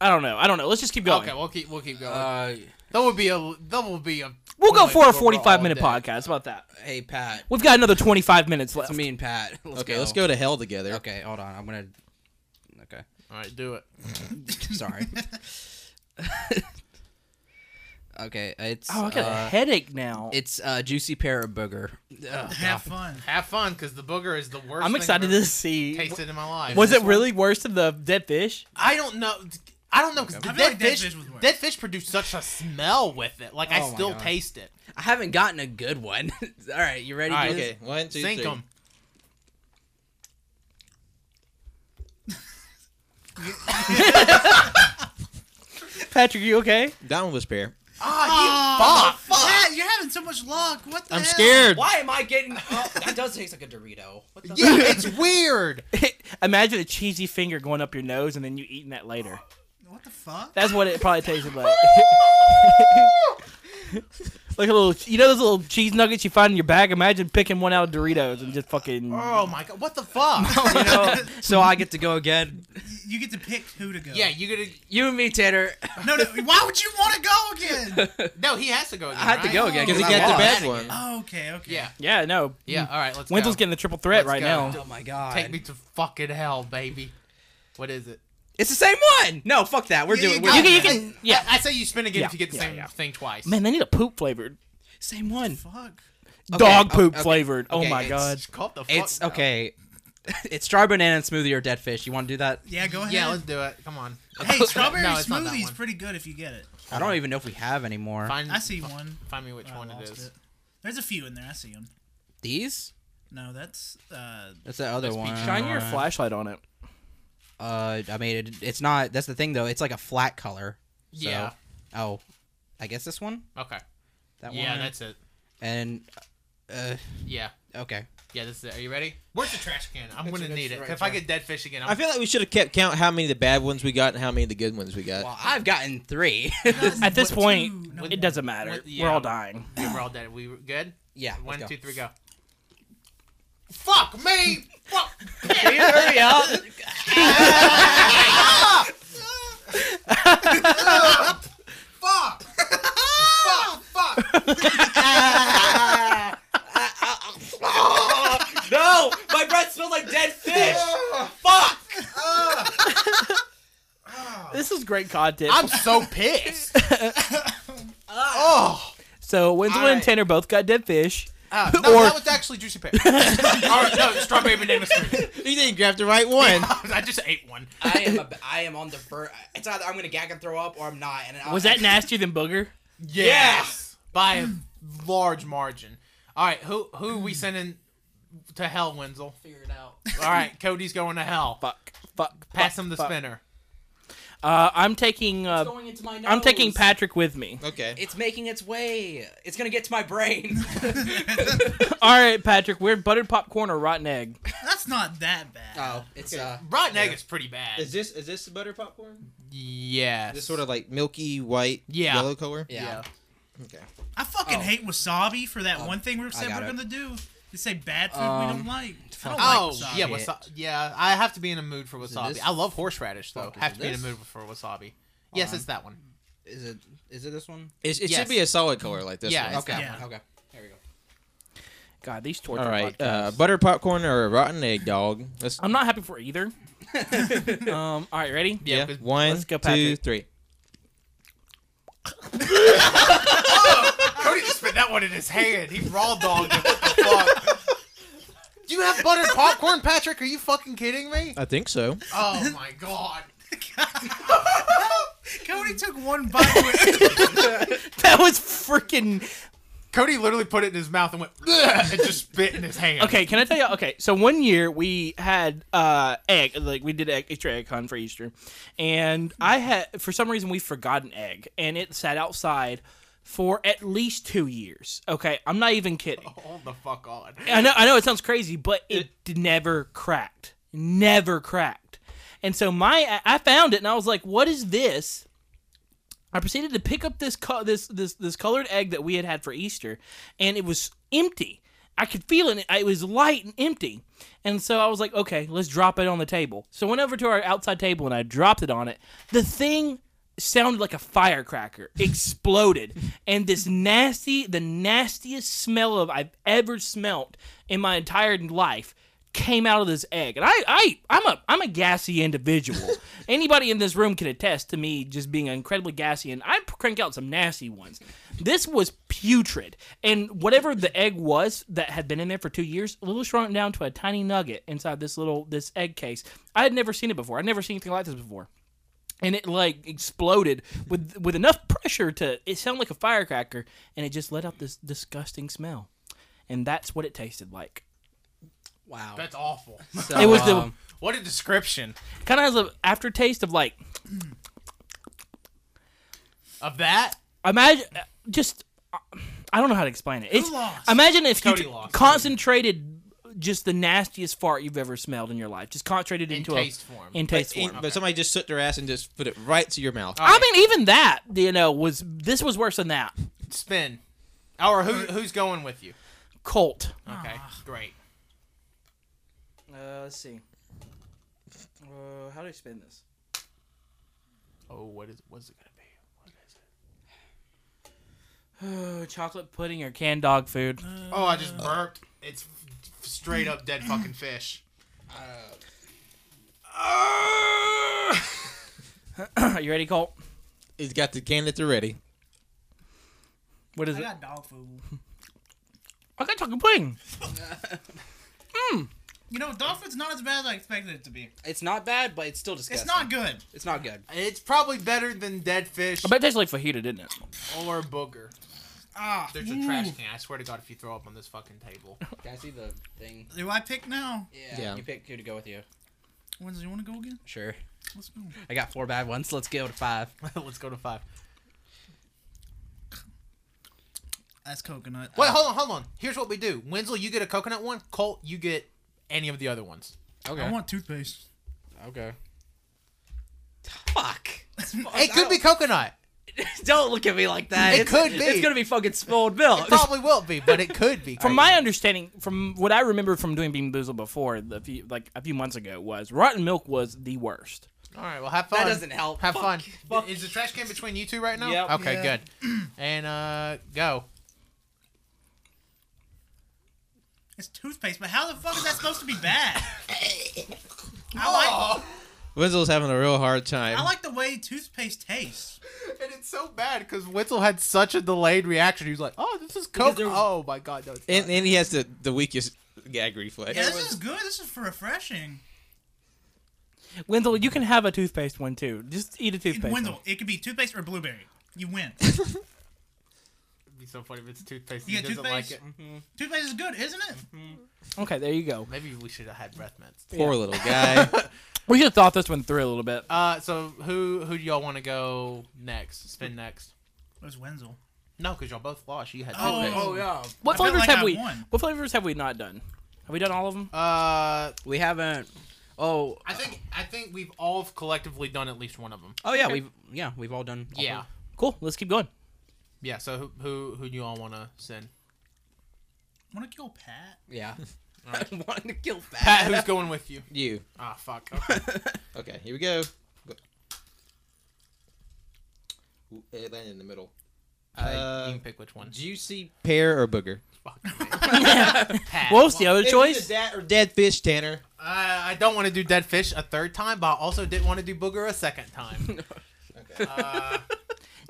Speaker 4: I don't know. I don't know. Let's just keep going.
Speaker 1: okay, we'll keep we'll keep going.
Speaker 2: (laughs) Uh,
Speaker 1: that will be a that will be a.
Speaker 4: We'll go
Speaker 1: like,
Speaker 4: for a
Speaker 1: overall
Speaker 4: 45 minute
Speaker 1: day.
Speaker 4: podcast. About that.
Speaker 2: hey Pat,
Speaker 4: We've got another 25 minutes left.
Speaker 2: it's me and Pat. Let's
Speaker 5: Okay,
Speaker 2: go.
Speaker 5: let's go to hell together.
Speaker 2: Okay, hold on. I'm gonna.
Speaker 1: (laughs)
Speaker 2: Okay,
Speaker 1: All right, do it.
Speaker 2: sorry. (laughs) okay, it's
Speaker 4: Oh, I got a
Speaker 2: uh,
Speaker 4: headache now.
Speaker 2: it's uh, juicy pear booger.
Speaker 3: Have fun.
Speaker 1: Have fun, because the booger is the worst.
Speaker 4: I'm
Speaker 1: thing
Speaker 4: excited
Speaker 1: I've ever
Speaker 4: to see.
Speaker 1: tasted in my life.
Speaker 4: Was it really worse than the dead fish?
Speaker 1: I don't know. I don't know because
Speaker 3: I
Speaker 1: dead,
Speaker 3: feel like dead
Speaker 1: fish,
Speaker 3: fish was worse.
Speaker 1: dead fish produced such a smell with it. Like I
Speaker 2: Oh my
Speaker 1: still
Speaker 2: God.
Speaker 1: taste it.
Speaker 2: I haven't gotten a good one. (laughs) All right, you ready?
Speaker 1: All right,
Speaker 2: dude?
Speaker 5: Okay, one, two,
Speaker 1: Sink
Speaker 5: three.
Speaker 1: them.
Speaker 4: Patrick, you okay? (laughs)
Speaker 5: That one was pear.
Speaker 1: Ah, you fuck.
Speaker 3: Pat, you're having so much luck. What the
Speaker 5: I'm
Speaker 3: hell?
Speaker 5: scared.
Speaker 6: Why am I getting? Oh, that does taste like a Dorito. What the?
Speaker 1: Yeah, it's weird.
Speaker 4: Imagine a cheesy finger going up your nose and then you eating that later.
Speaker 3: What the fuck?
Speaker 4: That's what it probably tasted like. (laughs) like a little, you know, those little cheese nuggets you find in your bag. Imagine picking one out of Doritos and just fucking.
Speaker 2: (laughs)
Speaker 1: Oh my god, what the fuck?
Speaker 2: so I get to go again.
Speaker 3: you get to pick who to go.
Speaker 1: Yeah, you gotta.
Speaker 2: You and me, Tanner.
Speaker 3: No, no. Why would you want to go again?
Speaker 1: (laughs) No, he has to go again.
Speaker 2: I had to
Speaker 1: right?
Speaker 2: go again
Speaker 5: Because he
Speaker 2: I
Speaker 5: got
Speaker 2: lost.
Speaker 5: the best one.
Speaker 3: oh, okay, okay.
Speaker 1: Yeah,
Speaker 4: Yeah, no.
Speaker 1: yeah. All right, let's go.
Speaker 4: Wenzel's getting the triple threat
Speaker 1: Let's
Speaker 4: right
Speaker 1: go.
Speaker 4: now.
Speaker 2: Oh my god.
Speaker 1: Take me to fucking hell, baby. What is it?
Speaker 2: It's the same one. No, fuck that. We're
Speaker 1: Yeah,
Speaker 2: doing.
Speaker 1: you
Speaker 2: We're
Speaker 1: got
Speaker 2: doing
Speaker 1: it.
Speaker 4: You can- you can- yeah.
Speaker 1: I, I say you spin again
Speaker 4: Yeah,
Speaker 1: if you get the
Speaker 4: yeah,
Speaker 1: same
Speaker 4: yeah.
Speaker 1: thing twice.
Speaker 4: Man, they need a poop flavored.
Speaker 2: same one.
Speaker 3: Fuck.
Speaker 4: Dog
Speaker 2: okay,
Speaker 4: poop
Speaker 2: okay,
Speaker 4: flavored.
Speaker 2: okay,
Speaker 4: oh my
Speaker 2: it's-
Speaker 4: god.
Speaker 1: It's called the. Fuck
Speaker 2: It's
Speaker 1: now.
Speaker 2: okay. (laughs) it's strawberry banana and smoothie or dead fish. You want to do that?
Speaker 3: Yeah, go ahead.
Speaker 1: Yeah, let's do it. Come on.
Speaker 3: hey, strawberry
Speaker 1: No, it's not that
Speaker 3: smoothie's
Speaker 1: one.
Speaker 3: pretty good if you get it.
Speaker 2: I don't even know if we have anymore.
Speaker 1: Find,
Speaker 3: I see
Speaker 1: fi-
Speaker 3: one.
Speaker 1: Find me which
Speaker 3: I
Speaker 1: one it
Speaker 3: lost
Speaker 1: is.
Speaker 3: it. There's a few in there. I see them.
Speaker 2: These?
Speaker 3: No, that's uh,
Speaker 2: That's the other
Speaker 1: That's peach
Speaker 2: one.
Speaker 4: Shine your flashlight on it.
Speaker 2: Uh, I mean, it, it's not. That's the thing though. It's like a flat color. So-
Speaker 1: Yeah.
Speaker 2: Oh, I guess this one.
Speaker 1: Okay.
Speaker 2: That
Speaker 1: yeah,
Speaker 2: one.
Speaker 1: that's it.
Speaker 2: And uh,
Speaker 1: Yeah.
Speaker 2: okay.
Speaker 1: Yeah, this is it. Are you ready? Where's the trash can? I'm
Speaker 5: That's-
Speaker 1: gonna
Speaker 5: that's
Speaker 1: need it.
Speaker 5: right
Speaker 1: if I
Speaker 5: there.
Speaker 1: get dead fish again, I'm
Speaker 5: I feel like we should have kept count how many of the bad ones we got and how many of the good ones we got.
Speaker 2: Well, Uh, I've gotten (laughs) three.
Speaker 4: At this
Speaker 3: Two-
Speaker 4: point,
Speaker 3: no,
Speaker 4: it doesn't matter.
Speaker 1: What-
Speaker 4: We're
Speaker 1: yeah. (laughs)
Speaker 4: all dying.
Speaker 1: Yeah, we're all dead. We were good.
Speaker 2: yeah.
Speaker 1: One,
Speaker 2: let's
Speaker 1: two,
Speaker 2: go.
Speaker 1: three, go. Fuck me! Fuck! (laughs)
Speaker 2: Can you hurry up?
Speaker 1: Fuck! Fuck! Fuck!
Speaker 6: No, my breath smells like dead fish. Fuck.
Speaker 4: This is great content.
Speaker 1: I'm so
Speaker 3: (laughs)
Speaker 1: pissed. oh.
Speaker 4: so Winslow
Speaker 1: All right.
Speaker 4: and Tanner both got dead fish.
Speaker 1: Ah, no,
Speaker 4: Or-
Speaker 1: that was actually juicy pear. (laughs) All right, no, strawberry banana smoothie.
Speaker 5: You didn't grab the right one.
Speaker 1: (laughs) I just ate one.
Speaker 2: I am. (laughs) A, I am on the verge. It's either I'm gonna gag and throw up, or I'm not. And I,
Speaker 4: Was that nastier than booger?
Speaker 1: Yes, by a large margin. All right, who who we sending to hell, Wenzel?
Speaker 2: Figure it out.
Speaker 1: All right, Cody's going to hell.
Speaker 4: Fuck. Fuck.
Speaker 1: Pass
Speaker 4: fuck,
Speaker 1: him the
Speaker 4: fuck.
Speaker 1: spinner.
Speaker 4: Uh, I'm taking. Uh,
Speaker 2: Going into my nose.
Speaker 4: I'm taking Patrick with me. (laughs)
Speaker 5: Okay.
Speaker 2: It's making its way. It's gonna get to my brain.
Speaker 4: All right, Patrick. We're buttered popcorn or rotten egg.
Speaker 3: That's not that bad.
Speaker 2: oh, it's uh.
Speaker 1: Rotten egg is pretty bad.
Speaker 5: Is this is this butter popcorn?
Speaker 1: yes.
Speaker 5: This sort of like milky white
Speaker 1: Yeah.
Speaker 5: yellow color.
Speaker 2: Yeah.
Speaker 1: yeah.
Speaker 5: Okay.
Speaker 3: I fucking
Speaker 2: Oh.
Speaker 3: hate wasabi for that one thing we said
Speaker 2: got
Speaker 3: we're
Speaker 2: it.
Speaker 3: gonna do. They say bad food we
Speaker 2: Um,
Speaker 3: don't like. I
Speaker 2: fuck.
Speaker 3: don't
Speaker 1: Oh
Speaker 3: like wasabi.
Speaker 1: yeah,
Speaker 2: Shit.
Speaker 1: wasa- yeah. I have to be in a mood for
Speaker 2: it
Speaker 1: wasabi.
Speaker 2: this?
Speaker 1: I love horseradish though.
Speaker 2: Fuck, is
Speaker 1: Have
Speaker 2: it
Speaker 1: to be in a
Speaker 2: this?
Speaker 1: mood for wasabi. Yes, it's that one.
Speaker 2: Is it? Is it this one?
Speaker 5: It, it
Speaker 1: Yes.
Speaker 5: should be a solid color like this
Speaker 1: Yeah,
Speaker 5: one.
Speaker 1: it's
Speaker 2: Okay.
Speaker 3: Yeah.
Speaker 2: Okay. There we go.
Speaker 4: God, these torture.
Speaker 5: All right. Uh,
Speaker 4: podcasts.
Speaker 5: butter popcorn or a rotten egg dog. Let's,
Speaker 4: I'm not happy
Speaker 1: (laughs)
Speaker 4: for either. um. All right, ready?
Speaker 5: yeah.
Speaker 1: Yeah, 'cause-
Speaker 5: One,
Speaker 4: let's go,
Speaker 5: two,
Speaker 4: Patrick.
Speaker 5: three.
Speaker 1: (laughs) Cody just spit that one in his hand. He raw dogged it. What the fuck? Do you have buttered popcorn, Patrick? Are you fucking kidding
Speaker 5: (laughs)
Speaker 1: me?
Speaker 5: I think so.
Speaker 1: Oh my god.
Speaker 3: Cody took one bite. With-
Speaker 4: That was freaking.
Speaker 1: Cody literally put it in his mouth and went "Bleh," and just spit in his hand.
Speaker 4: Okay, can I tell you? Okay, so one year we had uh egg, like we did egg, Easter egg hunt for Easter, and I had for some reason we forgot an egg, and it sat outside for at least two years. Okay, I'm not even kidding.
Speaker 1: (laughs) Hold the fuck on.
Speaker 4: I know, I know, it sounds crazy, but it, d- never cracked, never cracked. And so my, I I found it, and I was like, "What is this?" I proceeded to pick up this co- this this this colored egg that we had had for Easter, and it was empty. I could feel it. It was light and empty, and so I was like, "Okay, let's drop it on the table." So I went over to our outside table and I dropped it on it. The thing sounded like a firecracker exploded and this nasty the nastiest smell of i've ever smelt in my entire life came out of this egg and i i i'm a i'm a gassy individual anybody in this room can attest to me just being incredibly gassy and i crank out some nasty ones this was putrid and whatever the egg was that had been in there for two years little shrunk down to a tiny nugget inside this little this egg case i had never seen it before i'd never seen anything like this before and it like exploded with with enough pressure to it sounded like a firecracker and it just let out this disgusting smell and that's what it tasted like
Speaker 2: Wow.
Speaker 1: That's awful. (laughs)
Speaker 2: So,
Speaker 4: it was the-
Speaker 2: um,
Speaker 1: What a description
Speaker 4: kind of has an aftertaste of like
Speaker 1: of that.
Speaker 4: imagine just i don't know how to explain it it's
Speaker 3: lost?
Speaker 4: imagine if
Speaker 1: Cody
Speaker 4: you
Speaker 1: lost.
Speaker 4: concentrated just the nastiest fart you've ever smelled in your life just concentrated into
Speaker 1: taste
Speaker 4: a
Speaker 1: form.
Speaker 4: in taste
Speaker 5: And-
Speaker 4: form
Speaker 5: But somebody just took their ass and just put it right to your mouth.
Speaker 4: i mean even that you know was this was worse than that
Speaker 1: Spin. Or who, who's going with you?
Speaker 4: colt
Speaker 1: Ah. Okay, great.
Speaker 4: uh, let's see Uh, how do I spin this?
Speaker 1: Oh, what is what's it gonna be? What is it?
Speaker 4: Uh, chocolate pudding or canned dog food.
Speaker 1: Oh, I just burped. It's f- straight up dead fucking fish.
Speaker 4: Are (clears throat) you ready, Colt?
Speaker 5: It's got the candidates already.
Speaker 4: What is
Speaker 3: I
Speaker 4: it?
Speaker 3: got dog food.
Speaker 4: I got chocolate pudding.
Speaker 3: You know, dog food's not as bad as I expected it to be.
Speaker 2: It's not bad, but it's still disgusting.
Speaker 3: It's not good.
Speaker 2: It's not good.
Speaker 1: It's probably better than dead fish
Speaker 4: I bet it tastes like fajita, didn't it?
Speaker 1: or booger.
Speaker 3: Ah,
Speaker 1: There's a trash can. I swear to God, if you throw up on this fucking table.
Speaker 2: Can I see the thing?
Speaker 3: do I pick now?
Speaker 2: Yeah.
Speaker 5: Yeah.
Speaker 2: You pick who to go with you.
Speaker 3: Windsor, you want to go again?
Speaker 2: Sure.
Speaker 3: Let's go.
Speaker 2: I got four bad ones. Let's go to five.
Speaker 1: (laughs) Let's go to five.
Speaker 3: That's coconut. Uh,
Speaker 1: Wait, hold on, hold on. Here's what we do. Winslow, you get a coconut one. Colt, you get any of the other ones.
Speaker 3: I want toothpaste. (laughs)
Speaker 2: Okay. Fuck.
Speaker 1: It could be coconut.
Speaker 2: Don't look at me like that.
Speaker 1: It
Speaker 2: It's-
Speaker 1: could be.
Speaker 2: It's gonna be fucking spoiled milk.
Speaker 1: Probably will be, but it could be.
Speaker 4: From my understanding, from what I remember from doing Bean Boozled before, the few, like a few months ago, was rotten milk was the worst.
Speaker 1: All right, well, have fun.
Speaker 2: That doesn't help.
Speaker 1: Have
Speaker 2: Fuck.
Speaker 1: fun.
Speaker 2: Fuck.
Speaker 1: Is the trash can between you two right now?
Speaker 4: Yep.
Speaker 1: Okay,
Speaker 3: Yeah.
Speaker 1: good. (clears throat) And uh, go.
Speaker 3: It's toothpaste, but how the fuck is that supposed to be bad? I like,
Speaker 5: Winslow's having a real hard time.
Speaker 3: I like the way toothpaste tastes.
Speaker 1: And it's so bad because Witzel had such a delayed reaction. He was like, "Oh, this is
Speaker 2: Because
Speaker 1: coke."
Speaker 2: there was-
Speaker 1: Oh my god, no, it's
Speaker 5: and,
Speaker 1: not.
Speaker 5: and he has the, the weakest gag reflex.
Speaker 3: Yeah, this is good. This is refreshing.
Speaker 4: Wendell, you can have a toothpaste one too. Just eat a toothpaste.
Speaker 3: Wendell, it could be toothpaste or blueberry. You win.
Speaker 1: It'd be so funny if it's toothpaste.
Speaker 3: You
Speaker 1: and
Speaker 3: got
Speaker 1: he doesn't like it.
Speaker 3: toothpaste? toothpaste is good, isn't it?
Speaker 4: one. Okay, there you go.
Speaker 1: Maybe we should have had breath mints.
Speaker 5: Poor little guy.
Speaker 4: We should have thought this one through a little bit.
Speaker 1: Uh, so who who do y'all want to go next? Spin next.
Speaker 3: Where's Wenzel?
Speaker 1: No, because y'all both lost. You had
Speaker 3: Oh.
Speaker 1: toothpaste.
Speaker 2: yeah.
Speaker 4: What
Speaker 3: I feel
Speaker 4: flavors
Speaker 3: like
Speaker 4: have
Speaker 3: I
Speaker 4: we?
Speaker 3: won.
Speaker 4: What flavors have we not done? Have we done all of them?
Speaker 1: Uh,
Speaker 2: We haven't. Oh.
Speaker 1: I think I think we've all collectively done at least one of them.
Speaker 2: Oh yeah. We've yeah. We've all done. all
Speaker 1: Yeah,
Speaker 4: Cool. Let's keep going.
Speaker 1: yeah. So who who who do you all want to send?
Speaker 3: Want to kill Pat?
Speaker 2: four. Yeah. I (laughs) wanted to kill Pat.
Speaker 1: Pat, who's going with you?
Speaker 5: you.
Speaker 1: Ah, fuck. Okay.
Speaker 5: Okay, here we go. Go- Ooh, It landed in the middle.
Speaker 1: Uh, you
Speaker 5: Uh,
Speaker 1: can pick which one.
Speaker 5: juicy pear or booger?
Speaker 1: Fuck. Pat.
Speaker 4: What was the other choice?
Speaker 5: That or dead fish, Tanner.
Speaker 1: I, I don't want to do dead fish a third time, but I also didn't want to do booger a second time. Uh,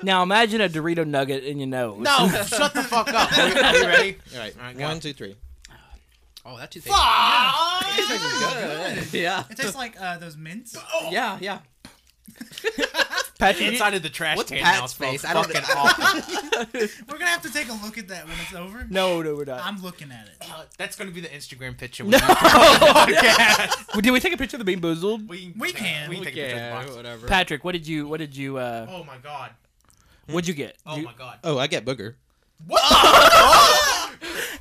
Speaker 4: Now imagine a Dorito nugget in your nose.
Speaker 1: no, shut the fuck up. Are you, are you (laughs) ready?
Speaker 5: All right,
Speaker 1: right, go.
Speaker 5: one, two, three.
Speaker 2: Oh, that toothpaste.
Speaker 1: Fuck!
Speaker 2: Good. Yeah.
Speaker 3: It tastes like uh, those mints.
Speaker 2: Yeah. Yeah.
Speaker 4: Pat, you-
Speaker 1: Inside of the trash
Speaker 2: What's
Speaker 1: can
Speaker 2: Pat's face? I
Speaker 1: I don't
Speaker 2: don't
Speaker 1: fucking
Speaker 2: know.
Speaker 1: awful.
Speaker 3: We're gonna have to take a look at that when it's over.
Speaker 4: no, no, we're not.
Speaker 3: I'm looking at it.
Speaker 1: (laughs) Uh, That's gonna be the Instagram picture.
Speaker 4: No. (laughs)
Speaker 1: podcast.
Speaker 4: Did we take a picture of the Bean Boozled?
Speaker 1: We,
Speaker 3: We can.
Speaker 1: We can take a picture of the box.
Speaker 5: whatever.
Speaker 4: Patrick, what did you? What did you? Uh,
Speaker 1: Oh my god.
Speaker 4: what'd you get?
Speaker 1: Oh
Speaker 4: you,
Speaker 1: my god.
Speaker 5: Oh, I got booger.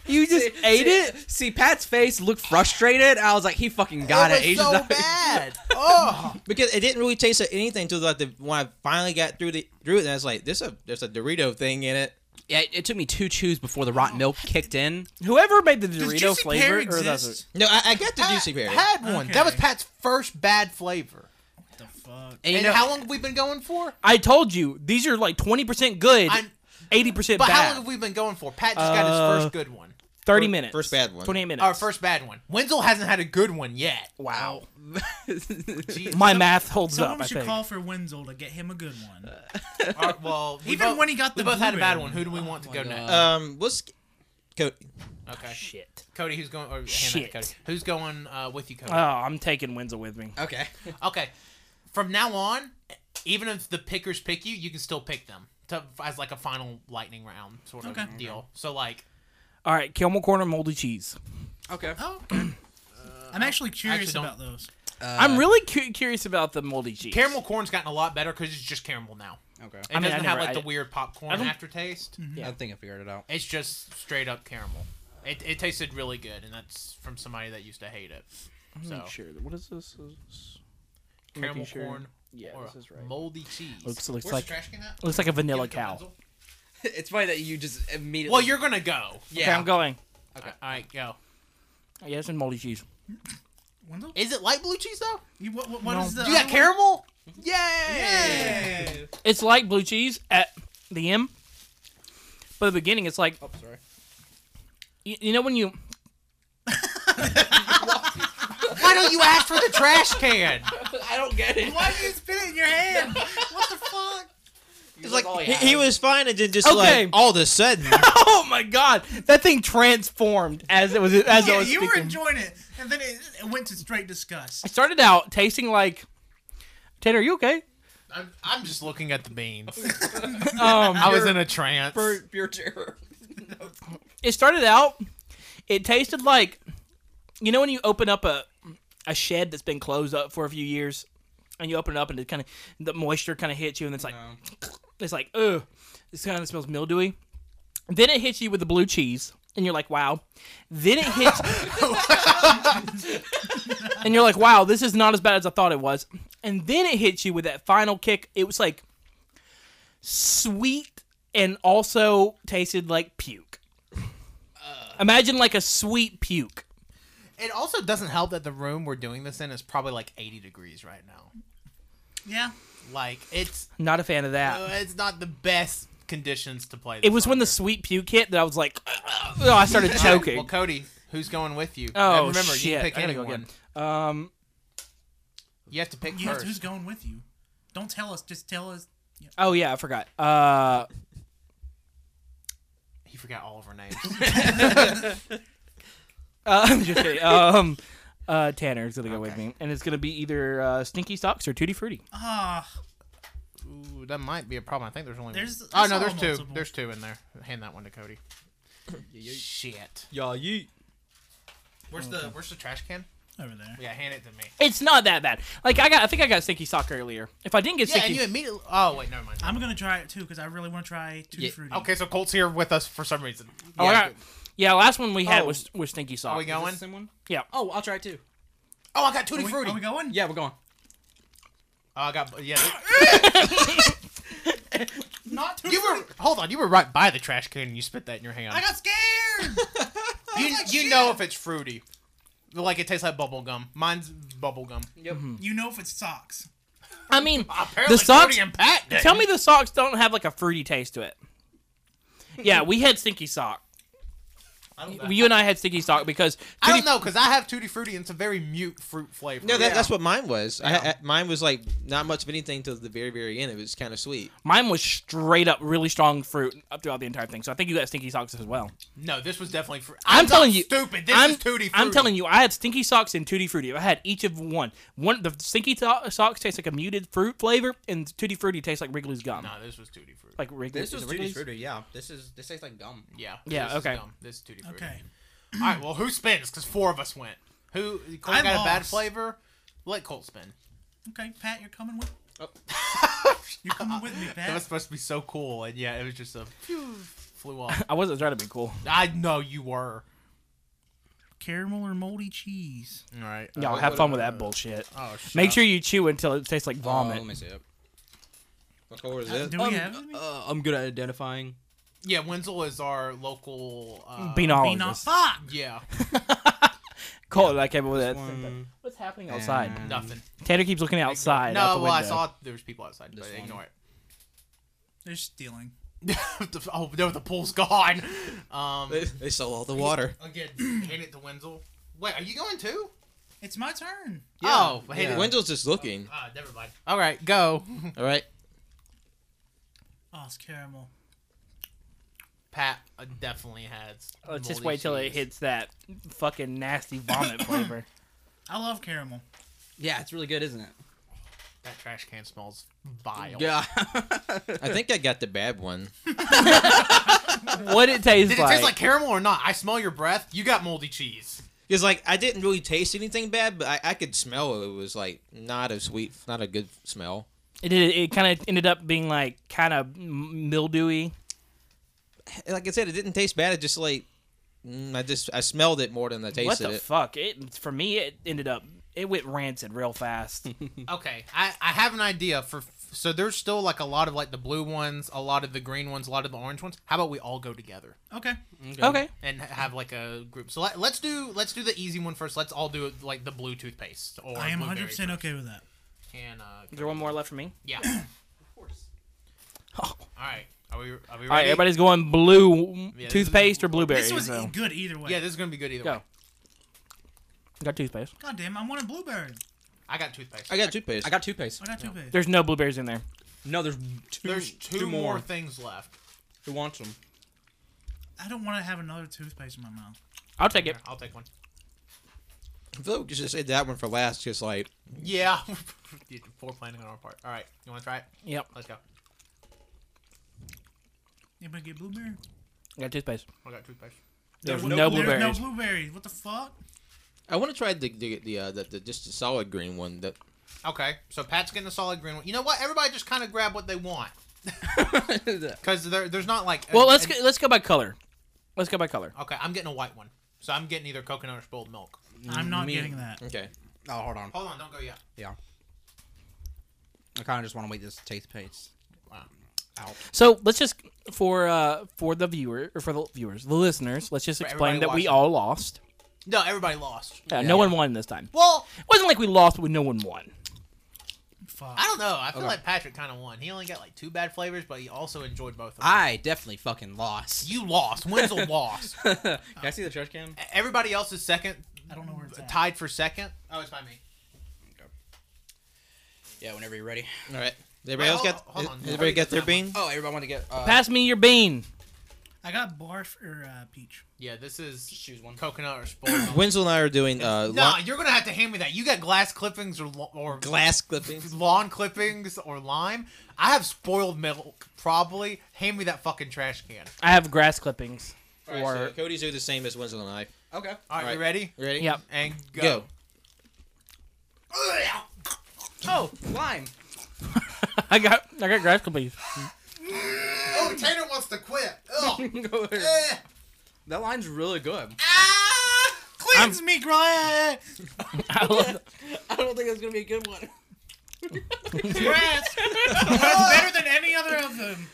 Speaker 4: you just ate it.
Speaker 2: (laughs) See, Pat's face looked frustrated. I was like, he fucking got it. He just-
Speaker 1: bad. Oh.
Speaker 5: Because it didn't really taste like anything until like the when I finally got through the through it, and I was like, "This a there's a Dorito thing in it."
Speaker 2: (laughs) Yeah, it, it took me two chews before the rotten milk kicked in.
Speaker 4: Whoever made the
Speaker 3: Does
Speaker 4: Dorito
Speaker 3: juicy pear
Speaker 4: flavor, or
Speaker 3: exist?
Speaker 4: that's
Speaker 5: No, I, I got the juicy pear.
Speaker 1: Had one.
Speaker 3: Okay.
Speaker 1: That was Pat's first bad flavor.
Speaker 3: What the fuck?
Speaker 2: And, you
Speaker 1: And
Speaker 2: know,
Speaker 1: how long have we been going for?
Speaker 4: I told you these are like twenty percent good,
Speaker 1: I'm-
Speaker 4: eighty percent
Speaker 1: But how
Speaker 4: bad.
Speaker 1: long have we been going for? Pat just got his
Speaker 4: Uh,
Speaker 1: first good one.
Speaker 4: Thirty
Speaker 5: Fir-
Speaker 4: minutes.
Speaker 5: first bad one.
Speaker 4: Twenty-eight minutes.
Speaker 1: Our first bad one. Wenzel hasn't had a good one yet.
Speaker 2: Wow.
Speaker 1: Jeez.
Speaker 4: My math holds up.
Speaker 3: Someone
Speaker 4: I
Speaker 3: should
Speaker 4: think.
Speaker 3: call for Wenzel to get him a good one.
Speaker 1: Our- well, we
Speaker 3: Even
Speaker 1: both-
Speaker 3: when he got
Speaker 1: we
Speaker 3: the
Speaker 1: both had a bad
Speaker 3: blueberry
Speaker 1: one. Who do we want to go next?
Speaker 5: Um, what's co-
Speaker 1: Okay,
Speaker 4: Ah, Shit.
Speaker 1: Cody, who's going? Or hand that to
Speaker 4: Shit.
Speaker 1: Cody. Who's going uh, with you, Cody?
Speaker 4: Oh, I'm taking Wenzel with me.
Speaker 2: okay.
Speaker 1: okay, from now on, even if the pickers pick you, you can still pick them to, as like a final lightning round sort of
Speaker 3: Okay.
Speaker 1: deal. So like,
Speaker 4: All right, Kilmore Corner moldy cheese.
Speaker 2: Okay.
Speaker 3: Oh, okay. I'm actually curious
Speaker 1: actually don't-
Speaker 3: about those.
Speaker 4: I'm really cu- curious about the moldy cheese.
Speaker 1: Uh, caramel corn's gotten a lot better because it's just caramel now.
Speaker 2: Okay.
Speaker 1: It
Speaker 4: I mean, I
Speaker 1: doesn't have
Speaker 4: never-
Speaker 1: like
Speaker 4: I-
Speaker 1: the weird popcorn
Speaker 4: don't- Hmm.
Speaker 1: aftertaste.
Speaker 2: I think I figured it out.
Speaker 1: It's just straight up caramel. It, it tasted really good, and that's from somebody that used to hate it. So
Speaker 4: Make sure. What is this? Is-
Speaker 1: caramel
Speaker 4: making sure-
Speaker 1: corn
Speaker 4: Yeah,
Speaker 1: or
Speaker 4: this is right.
Speaker 1: moldy cheese.
Speaker 4: Looks looks
Speaker 1: Where's
Speaker 4: like
Speaker 1: the trash can at?
Speaker 4: looks like a vanilla
Speaker 1: Give it to
Speaker 4: cow.
Speaker 1: Wenzel.
Speaker 2: (laughs) It's funny that you just immediately.
Speaker 1: Well, you're gonna go.
Speaker 2: Yeah.
Speaker 4: Okay, I'm going.
Speaker 1: All right, go.
Speaker 4: Yes, and moldy cheese.
Speaker 3: Wendell?
Speaker 1: Is it light blue cheese though?
Speaker 3: You, what, what, what
Speaker 4: No.
Speaker 3: is the
Speaker 1: You got
Speaker 3: other
Speaker 1: caramel? Yay!
Speaker 3: one?
Speaker 4: It's like blue cheese at the end, but the beginning it's like
Speaker 5: Oh, sorry.
Speaker 4: you, you know when you
Speaker 1: Why don't you ask for the trash can?
Speaker 2: I don't get it.
Speaker 3: Why do you spit it in your hand? What the fuck?
Speaker 5: It's like "Oh, he, he was fine, and then just
Speaker 4: Okay.
Speaker 5: like all of a (laughs) sudden,
Speaker 4: oh my god that thing transformed as it was as I
Speaker 3: Yeah,
Speaker 4: was
Speaker 3: you were
Speaker 4: speaking.
Speaker 3: enjoying it, and then it, it went to straight disgust.
Speaker 4: I started out tasting like Tanner, are you okay?
Speaker 3: (laughs)
Speaker 1: I'm, I'm just looking at the beans.
Speaker 4: Um,
Speaker 1: I was in a trance.
Speaker 2: pure, pure terror.
Speaker 4: it started out it tasted like you know when you open up a a shed that's been closed up for a few years and you open it up and it kind of the moisture kind of hits you and it's like it's like ugh this kind of smells mildewy then it hits you with the blue cheese and you're like wow then it hits (laughs) and you're like wow this is not as bad as i thought it was and then it hits you with that final kick it was like sweet and also tasted like puke Imagine like a sweet puke.
Speaker 1: It also doesn't help that the room we're doing this in is probably like 80 degrees right now.
Speaker 3: Yeah.
Speaker 1: Like it's
Speaker 4: Not a fan of that.
Speaker 1: uh, it's not the best conditions to play. This
Speaker 4: it was when the sweet puke hit that I was like, oh, I (laughs) started
Speaker 1: under. All right, Well,
Speaker 4: choking.
Speaker 1: Cody, who's going with you? And
Speaker 4: Oh,
Speaker 1: remember, you
Speaker 4: shit.
Speaker 1: can pick
Speaker 4: I gotta go
Speaker 1: anyone.
Speaker 4: again. Um,
Speaker 1: You have to pick
Speaker 3: You have
Speaker 1: first.
Speaker 3: to, who's going with you? Don't tell us. Just tell us.
Speaker 4: oh yeah, I forgot. Uh, (laughs)
Speaker 1: He forgot all of our (laughs) names.
Speaker 4: uh, I'm just kidding. Um, uh, Tanner is gonna go with me, and it's gonna be either uh, Stinky Socks or Tutti Frutti.
Speaker 3: Ah,
Speaker 1: Ooh, that might be a problem. I think there's only
Speaker 3: There's-
Speaker 1: Oh
Speaker 3: there's
Speaker 1: no,
Speaker 3: all
Speaker 1: there's two.
Speaker 3: multiple.
Speaker 1: There's two in there. Hand that one to
Speaker 3: (coughs)
Speaker 1: Cody. Shit.
Speaker 5: y'all yeet.
Speaker 1: Where's the Where's the trash can?
Speaker 3: over there.
Speaker 1: Yeah, hand it to me.
Speaker 4: (laughs) It's not that bad. Like I got, I think I got Stinky Sock earlier. If I didn't get
Speaker 1: Yeah,
Speaker 4: Stinky,
Speaker 1: and you immediately. Oh wait, never mind.
Speaker 3: I'm gonna try it too because I really want to try Tutti
Speaker 5: Yeah,
Speaker 3: Frutti.
Speaker 1: Okay, so Colt's here with us for some reason.
Speaker 4: oh, I got- yeah, last one we had
Speaker 2: Oh.
Speaker 4: was was Stinky Sock.
Speaker 1: Are we going?
Speaker 2: Someone?
Speaker 4: Yeah.
Speaker 2: Oh, I'll try it too.
Speaker 1: Oh, I got Tutti
Speaker 3: Are we,
Speaker 1: Frutti.
Speaker 3: are we going?
Speaker 2: Yeah, we're going.
Speaker 1: Oh, I got yeah.
Speaker 3: Not Tutti
Speaker 1: You were
Speaker 3: Frutti.
Speaker 1: hold on. You were right by the trash can and you spit that in your hand.
Speaker 3: I
Speaker 1: (laughs)
Speaker 3: got scared.
Speaker 1: you you know if it's fruity, like it tastes like bubble gum. Mine's bubble gum.
Speaker 3: you know if it's socks.
Speaker 4: I mean,
Speaker 1: Apparently
Speaker 4: the socks.
Speaker 1: Fruity and Pat did.
Speaker 4: Tell me the socks don't have like a fruity taste to it. Yeah, we had stinky sock.
Speaker 1: (laughs)
Speaker 4: You and I had stinky sock because
Speaker 1: I don't know because I have Tutti Frutti and it's a very mute fruit flavor.
Speaker 5: No, that, that's what mine was. I, I, mine was like not much of anything till the very, very end. It was kind of sweet.
Speaker 4: mine was straight up really strong fruit up throughout the entire thing. So I think you got stinky socks as well.
Speaker 1: No, this was definitely. Fr-
Speaker 4: I'm,
Speaker 1: not
Speaker 4: telling you,
Speaker 1: stupid. This
Speaker 4: I'm,
Speaker 1: is Tutti Frutti.
Speaker 4: I'm telling you, I had stinky socks and tutti frutti. I had each of one. One the stinky to- socks tastes like a muted fruit flavor, and tutti frutti tastes like Wrigley's gum.
Speaker 1: No, this was Tutti Frutti.
Speaker 4: Like Wrigley's. is it Wrigley's?
Speaker 2: yeah. This is this tastes like gum.
Speaker 1: yeah.
Speaker 4: Yeah,
Speaker 1: This is
Speaker 4: okay.
Speaker 1: dumb. This is Tutti Frutti.
Speaker 3: Okay.
Speaker 1: All right. Well, who spins? Because four of us went. Who? Colt
Speaker 3: I
Speaker 1: got a bad
Speaker 3: lost.
Speaker 1: flavor. Let Colt spin.
Speaker 3: Okay, Pat, you're coming with. (laughs) you're coming with me,
Speaker 1: Oh. (laughs) That was
Speaker 3: Pat.
Speaker 1: supposed to be so cool, and yeah, it was just a phew, flew off.
Speaker 4: (laughs) I wasn't trying to be cool.
Speaker 1: I know you were.
Speaker 3: Caramel or moldy cheese.
Speaker 1: All right.
Speaker 4: Y'all have fun with that bullshit.
Speaker 1: Oh, shit.
Speaker 4: Make sure you chew until it tastes like vomit.
Speaker 2: Oh, let me see it.
Speaker 5: What color is it?
Speaker 3: Do
Speaker 1: Um,
Speaker 3: we have any?
Speaker 2: Uh, I'm good at identifying.
Speaker 1: Yeah, Wenzel is our local. Uh,
Speaker 3: Be not
Speaker 4: Beanologist.
Speaker 3: fuck.
Speaker 1: yeah.
Speaker 4: Cold. I came up with that.
Speaker 2: one.
Speaker 4: What's happening outside?
Speaker 1: Nothing.
Speaker 4: Tanner keeps looking outside.
Speaker 1: No,
Speaker 4: out the
Speaker 1: well, I
Speaker 4: window.
Speaker 1: saw there was people outside, but
Speaker 2: one.
Speaker 1: ignore it. (laughs)
Speaker 3: They're stealing.
Speaker 1: The- oh no, the pool's gone. Um,
Speaker 5: They, they sold all the water.
Speaker 1: again, hand it to Wenzel. Wait, are you going too?
Speaker 3: It's my turn.
Speaker 1: Oh, hand it.
Speaker 5: Wendell's just looking.
Speaker 1: Ah, never mind. All right, go. (laughs)
Speaker 5: All right.
Speaker 3: Oh, it's caramel.
Speaker 1: Pat uh, definitely has.
Speaker 4: Let's Oh, just
Speaker 1: moldy
Speaker 4: wait till it
Speaker 1: cheese.
Speaker 4: hits that fucking nasty
Speaker 1: (coughs)
Speaker 4: vomit flavor.
Speaker 3: I love caramel.
Speaker 2: Yeah, it's really good, isn't it?
Speaker 1: That trash can smells vile.
Speaker 2: Yeah.
Speaker 5: I think I got the bad one.
Speaker 4: what it tastes
Speaker 1: Did it
Speaker 4: like?
Speaker 1: taste like caramel or not? I smell your breath. You got moldy cheese.
Speaker 5: Because like I didn't really taste anything bad, but I, I could smell it. It was like not a sweet, not a good smell.
Speaker 4: it did. It kind of ended up being like kind of mildewy.
Speaker 5: Like I said, it didn't taste bad. It just like mm, I just I smelled it more than I tasted
Speaker 4: what the
Speaker 5: it.
Speaker 4: fuck? It for me, it ended up it went rancid real
Speaker 1: (laughs)
Speaker 4: fast.
Speaker 1: Okay, I, I have an idea for. So there's still like a lot of like the blue ones, a lot of the green ones, a lot of the orange ones. How about we all go together
Speaker 3: Okay.
Speaker 4: okay.
Speaker 1: and ha- have like a group? So let, let's do let's do the easy one first. Let's all do like the blue toothpaste or
Speaker 3: I am
Speaker 1: blueberry
Speaker 3: 100% okay with that.
Speaker 1: Can uh,
Speaker 4: Is there one more left for me? (coughs)
Speaker 1: yeah. All
Speaker 4: Oh.
Speaker 1: right, are we are we ready?
Speaker 4: All right, everybody's going blue
Speaker 1: this is-
Speaker 4: toothpaste or blueberries.
Speaker 3: This was
Speaker 4: so.
Speaker 3: good either way.
Speaker 1: Yeah, this is gonna be good either
Speaker 4: Go.
Speaker 1: way.
Speaker 4: Got toothpaste.
Speaker 3: God damn, I wanted blueberry.
Speaker 1: I got toothpaste.
Speaker 5: I got toothpaste.
Speaker 2: I got toothpaste.
Speaker 3: I got toothpaste.
Speaker 4: There's no blueberries in there.
Speaker 2: No, there's two.
Speaker 1: There's two, more things left.
Speaker 2: Who wants (laughs) them?
Speaker 3: I don't want to have another toothpaste in my mouth.
Speaker 4: I'll take it.
Speaker 1: Here, I'll take one.
Speaker 5: I feel like we should say that one for last. Just like
Speaker 1: Yeah, (laughs) poor planning on our part. All right, you want to try it?
Speaker 4: Yep.
Speaker 1: Let's go.
Speaker 3: Anybody get blueberry?
Speaker 4: Got toothpaste.
Speaker 1: I got toothpaste.
Speaker 4: There's
Speaker 3: There-
Speaker 4: no,
Speaker 3: there's
Speaker 4: blueberries.
Speaker 3: No blueberries. What the fuck?
Speaker 5: I want to try the the the, uh, the, the just the solid green one. That
Speaker 1: Okay, so Pat's getting a solid green one. You know what? Everybody just kind of grab what they want
Speaker 2: Oh,
Speaker 1: because there, there's not like. a-
Speaker 4: well, let's
Speaker 1: a-
Speaker 4: go, let's go by color. Let's go by color.
Speaker 1: Okay, I'm getting a white one, so I'm getting either coconut or spoiled milk.
Speaker 3: I'm not
Speaker 2: me.
Speaker 3: getting that.
Speaker 5: okay.
Speaker 2: Oh, hold on.
Speaker 1: Hold on, don't go yet.
Speaker 2: Yeah. I kind of just want to wait this toothpaste
Speaker 1: Wow.
Speaker 2: out.
Speaker 4: So let's just for uh for the viewer or for the viewers, the listeners, let's just
Speaker 1: For
Speaker 4: explain that
Speaker 1: everybody
Speaker 4: we
Speaker 1: watching.
Speaker 4: all lost.
Speaker 1: No, everybody lost.
Speaker 4: Uh, no one won this time.
Speaker 1: Well,
Speaker 4: It wasn't like we lost, but no one won.
Speaker 3: Fuck.
Speaker 1: I don't know. I feel like Patrick kind of won. He only got like two bad flavors, but he also enjoyed both of them.
Speaker 2: I definitely fucking lost.
Speaker 1: you lost. Wenzel lost.
Speaker 2: Can I see the trash can?
Speaker 1: Everybody else is second,
Speaker 3: I don't know where it's at.
Speaker 1: tied for second. Oh, it's by me.
Speaker 2: Yeah, whenever you're ready.
Speaker 5: All right. Everybody else
Speaker 1: Wait,
Speaker 5: got?
Speaker 1: hold- hold on.
Speaker 5: Everybody got their
Speaker 1: That one.
Speaker 5: bean?
Speaker 2: Oh, everybody want to get. Uh,
Speaker 4: Pass me your bean.
Speaker 3: I got barf or uh, peach.
Speaker 1: Yeah, this is
Speaker 2: choose one.
Speaker 1: coconut or spoiled
Speaker 5: (coughs)
Speaker 1: milk.
Speaker 5: Wenzel and I are doing uh,
Speaker 1: Nah,
Speaker 5: lawn-
Speaker 1: you're gonna have to hand me that. You got glass clippings or lo- or
Speaker 5: glass clippings.
Speaker 1: lawn clippings or lime. I have spoiled milk, probably. Hand me that fucking trash can.
Speaker 4: I have grass clippings.
Speaker 5: All right, so Cody's do the same as Wenzel and I.
Speaker 1: All
Speaker 2: Okay.
Speaker 1: right,
Speaker 5: All right.
Speaker 1: you ready?
Speaker 5: Ready?
Speaker 4: Yep.
Speaker 1: And go.
Speaker 5: Go.
Speaker 2: Oh, (laughs) lime.
Speaker 4: (laughs) I got I got grass clippings.
Speaker 1: Oh, Tanner wants to quit. Ugh.
Speaker 2: (laughs) that
Speaker 1: Eh.
Speaker 2: lime's really good.
Speaker 1: ah!
Speaker 3: Cleanse me, Grant.
Speaker 4: I love
Speaker 2: (laughs) I don't think that's gonna be a good
Speaker 1: (laughs)
Speaker 2: one.
Speaker 3: Grass. That's better than any other of them.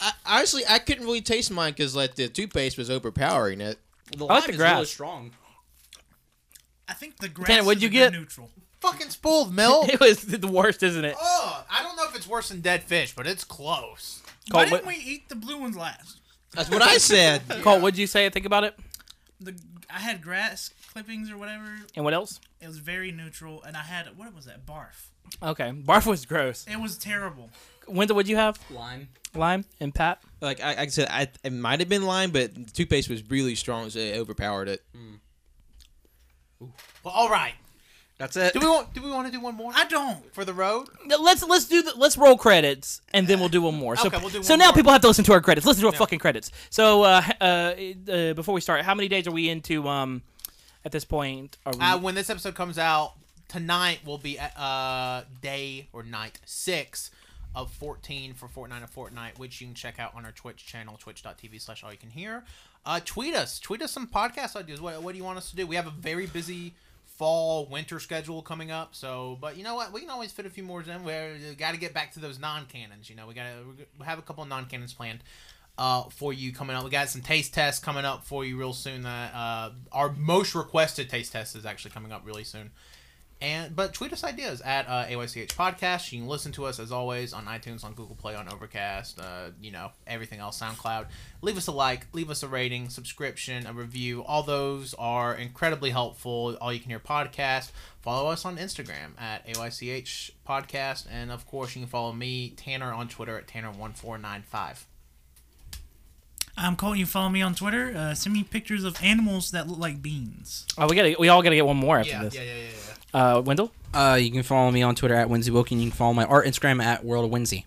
Speaker 5: I, honestly, I couldn't really taste mine because like the toothpaste was overpowering it.
Speaker 2: The
Speaker 4: I
Speaker 2: lime
Speaker 4: like the
Speaker 2: is
Speaker 4: grass.
Speaker 2: really strong.
Speaker 3: I think the grass. is
Speaker 4: what'd you
Speaker 3: a good
Speaker 4: get?
Speaker 3: Neutral.
Speaker 1: Fucking spoiled
Speaker 5: (laughs)
Speaker 1: milk.
Speaker 4: (laughs) it was the worst, isn't it?
Speaker 1: Ugh. I don't know if it's worse than dead fish, but it's close.
Speaker 4: Cole,
Speaker 3: Why
Speaker 4: what,
Speaker 3: didn't we eat the blue ones last?
Speaker 5: That's what I said.
Speaker 4: Cole, what'd you say? Think about it.
Speaker 3: The I had grass clippings or whatever.
Speaker 4: And what else?
Speaker 3: It was very neutral, and I had what was that? Barf.
Speaker 4: Okay, barf was gross.
Speaker 3: It was terrible.
Speaker 4: Winter, what'd you have?
Speaker 2: Lime.
Speaker 4: Lime and Pat.
Speaker 5: like I, I said, I, it might have been lime, but the toothpaste was really strong, so it overpowered it.
Speaker 1: Well, all right.
Speaker 2: That's it.
Speaker 1: Do we want? Do we want to do one more
Speaker 3: I don't.
Speaker 1: for the road?
Speaker 4: No, Let's let's do the, let's roll credits and then we'll do one more. So
Speaker 1: Okay, we'll do
Speaker 4: so
Speaker 1: one
Speaker 4: now
Speaker 1: more.
Speaker 4: people have to listen to our credits. Listen to our fucking credits. So uh, h- uh, uh, before we start, how many days are we into um at this point? Are we,
Speaker 1: Uh, when this episode comes out tonight, will be uh day or night six of 14 for Fortnite of Fortnite, which you can check out on our Twitch channel, twitch.tv slash all you can hear. Uh, tweet us. Tweet us some podcast ideas. What, what do you want us to do? We have a very busy fall winter schedule coming up so but you know what we can always fit a few more in we got to get back to those non-cannons you know we got to we have a couple non-cannons planned uh, for you coming up. We got some taste tests coming up for you real soon. That uh, our most requested taste test is actually coming up really soon. And but tweet us ideas at uh, AYCH Podcast. You can listen to us as always on iTunes, on Google Play, on Overcast, uh, you know everything else, SoundCloud. Leave us a like, leave us a rating, subscription, a review. All those are incredibly helpful. All you can hear podcast. Follow us on Instagram at AYCH Podcast, and of course you can follow me Tanner on Twitter at Tanner one four nine five.
Speaker 3: I'm Cole. You follow me on Twitter. Uh, send me pictures of animals that look like beans.
Speaker 4: oh, we gotta we all gotta get one more after
Speaker 1: Yeah, yeah,
Speaker 4: this.
Speaker 1: yeah, yeah, yeah.
Speaker 4: Uh, Wendell,
Speaker 2: Uh, you can follow me on Twitter at Winsy Wilkin. You can follow my art Instagram at World of Winsy.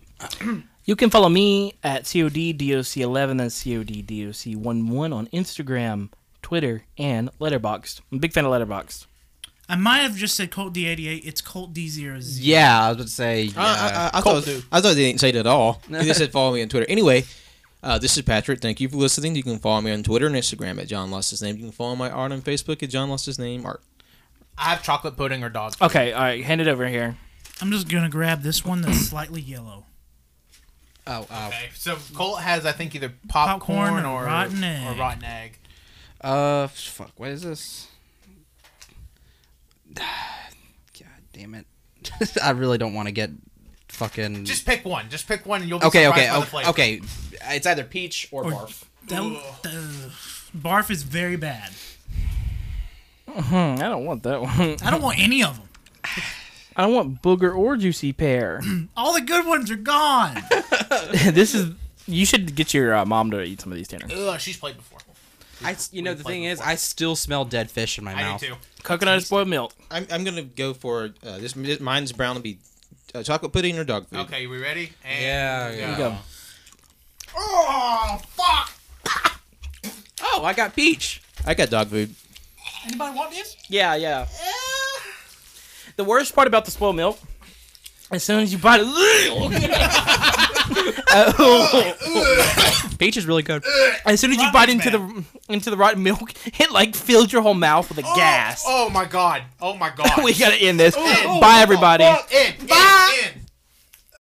Speaker 4: you can follow me at coddoc11 that's coddoc11 on Instagram, Twitter, and Letterboxd. I'm a big fan of Letterboxd.
Speaker 3: I might have just said Colt D88. It's Colt D00.
Speaker 2: Yeah, I was about to say.
Speaker 1: Uh,
Speaker 2: Yeah.
Speaker 5: I, I, I, thought, I thought they didn't say it at (laughs) all. They just said follow me on Twitter. Anyway, uh, this is Patrick. Thank you for listening. You can follow me on Twitter and Instagram at John Lost His Name. You can follow my art on Facebook at John Lost His Name Art.
Speaker 1: I have chocolate pudding or dog.
Speaker 4: Okay, all right, hand it over here.
Speaker 3: I'm just gonna grab this one that's slightly yellow.
Speaker 2: Oh, oh.
Speaker 1: Okay, so Colt has I think either popcorn,
Speaker 3: Popcorn and
Speaker 1: or
Speaker 3: rotten egg.
Speaker 1: or rotten egg.
Speaker 2: Uh, fuck. What is this? (sighs) God damn it! (laughs) I really don't want to get fucking.
Speaker 1: Just pick one. Just pick one, and you'll be
Speaker 2: okay,
Speaker 1: surprised
Speaker 2: okay,
Speaker 1: by the
Speaker 2: okay,
Speaker 1: flavor.
Speaker 2: okay. It's either peach or, barf.
Speaker 3: That, the barf is very bad.
Speaker 4: Hmm, I don't want that one. (laughs)
Speaker 3: I don't want any of them.
Speaker 4: I don't want booger or juicy pear. (laughs)
Speaker 3: All the good ones are gone.
Speaker 4: this is. You should get your uh, mom to eat some of these, Tanner.
Speaker 1: Ugh, she's played before.
Speaker 2: I, s- you know, the
Speaker 1: played
Speaker 2: thing is,
Speaker 1: before.
Speaker 2: I still smell dead fish in my
Speaker 1: I
Speaker 2: mouth.
Speaker 1: do too.
Speaker 4: Coconut is boiled milk.
Speaker 5: I'm, I'm gonna go for uh, this. Mine's brown. It'll be uh, chocolate pudding or dog food.
Speaker 1: Okay, we ready? And
Speaker 2: Yeah,
Speaker 1: Here we
Speaker 2: yeah.
Speaker 4: Go.
Speaker 1: Oh fuck!
Speaker 2: Oh, I got peach.
Speaker 5: I got dog food.
Speaker 3: Anybody want this?
Speaker 4: Yeah, yeah. The worst part about the spoiled milk, as soon as you bite it,
Speaker 2: Peach is really good.
Speaker 4: as soon as you
Speaker 3: Rotten
Speaker 4: bite
Speaker 3: is
Speaker 4: into the into the rotten milk, (laughs) it like fills your whole mouth with a gas.
Speaker 1: Oh, oh my god! Oh my god!
Speaker 2: (laughs)
Speaker 4: (laughs) we gotta end this.
Speaker 1: Ooh, oh.
Speaker 4: Bye, everybody.
Speaker 1: Fuck, in, in, in.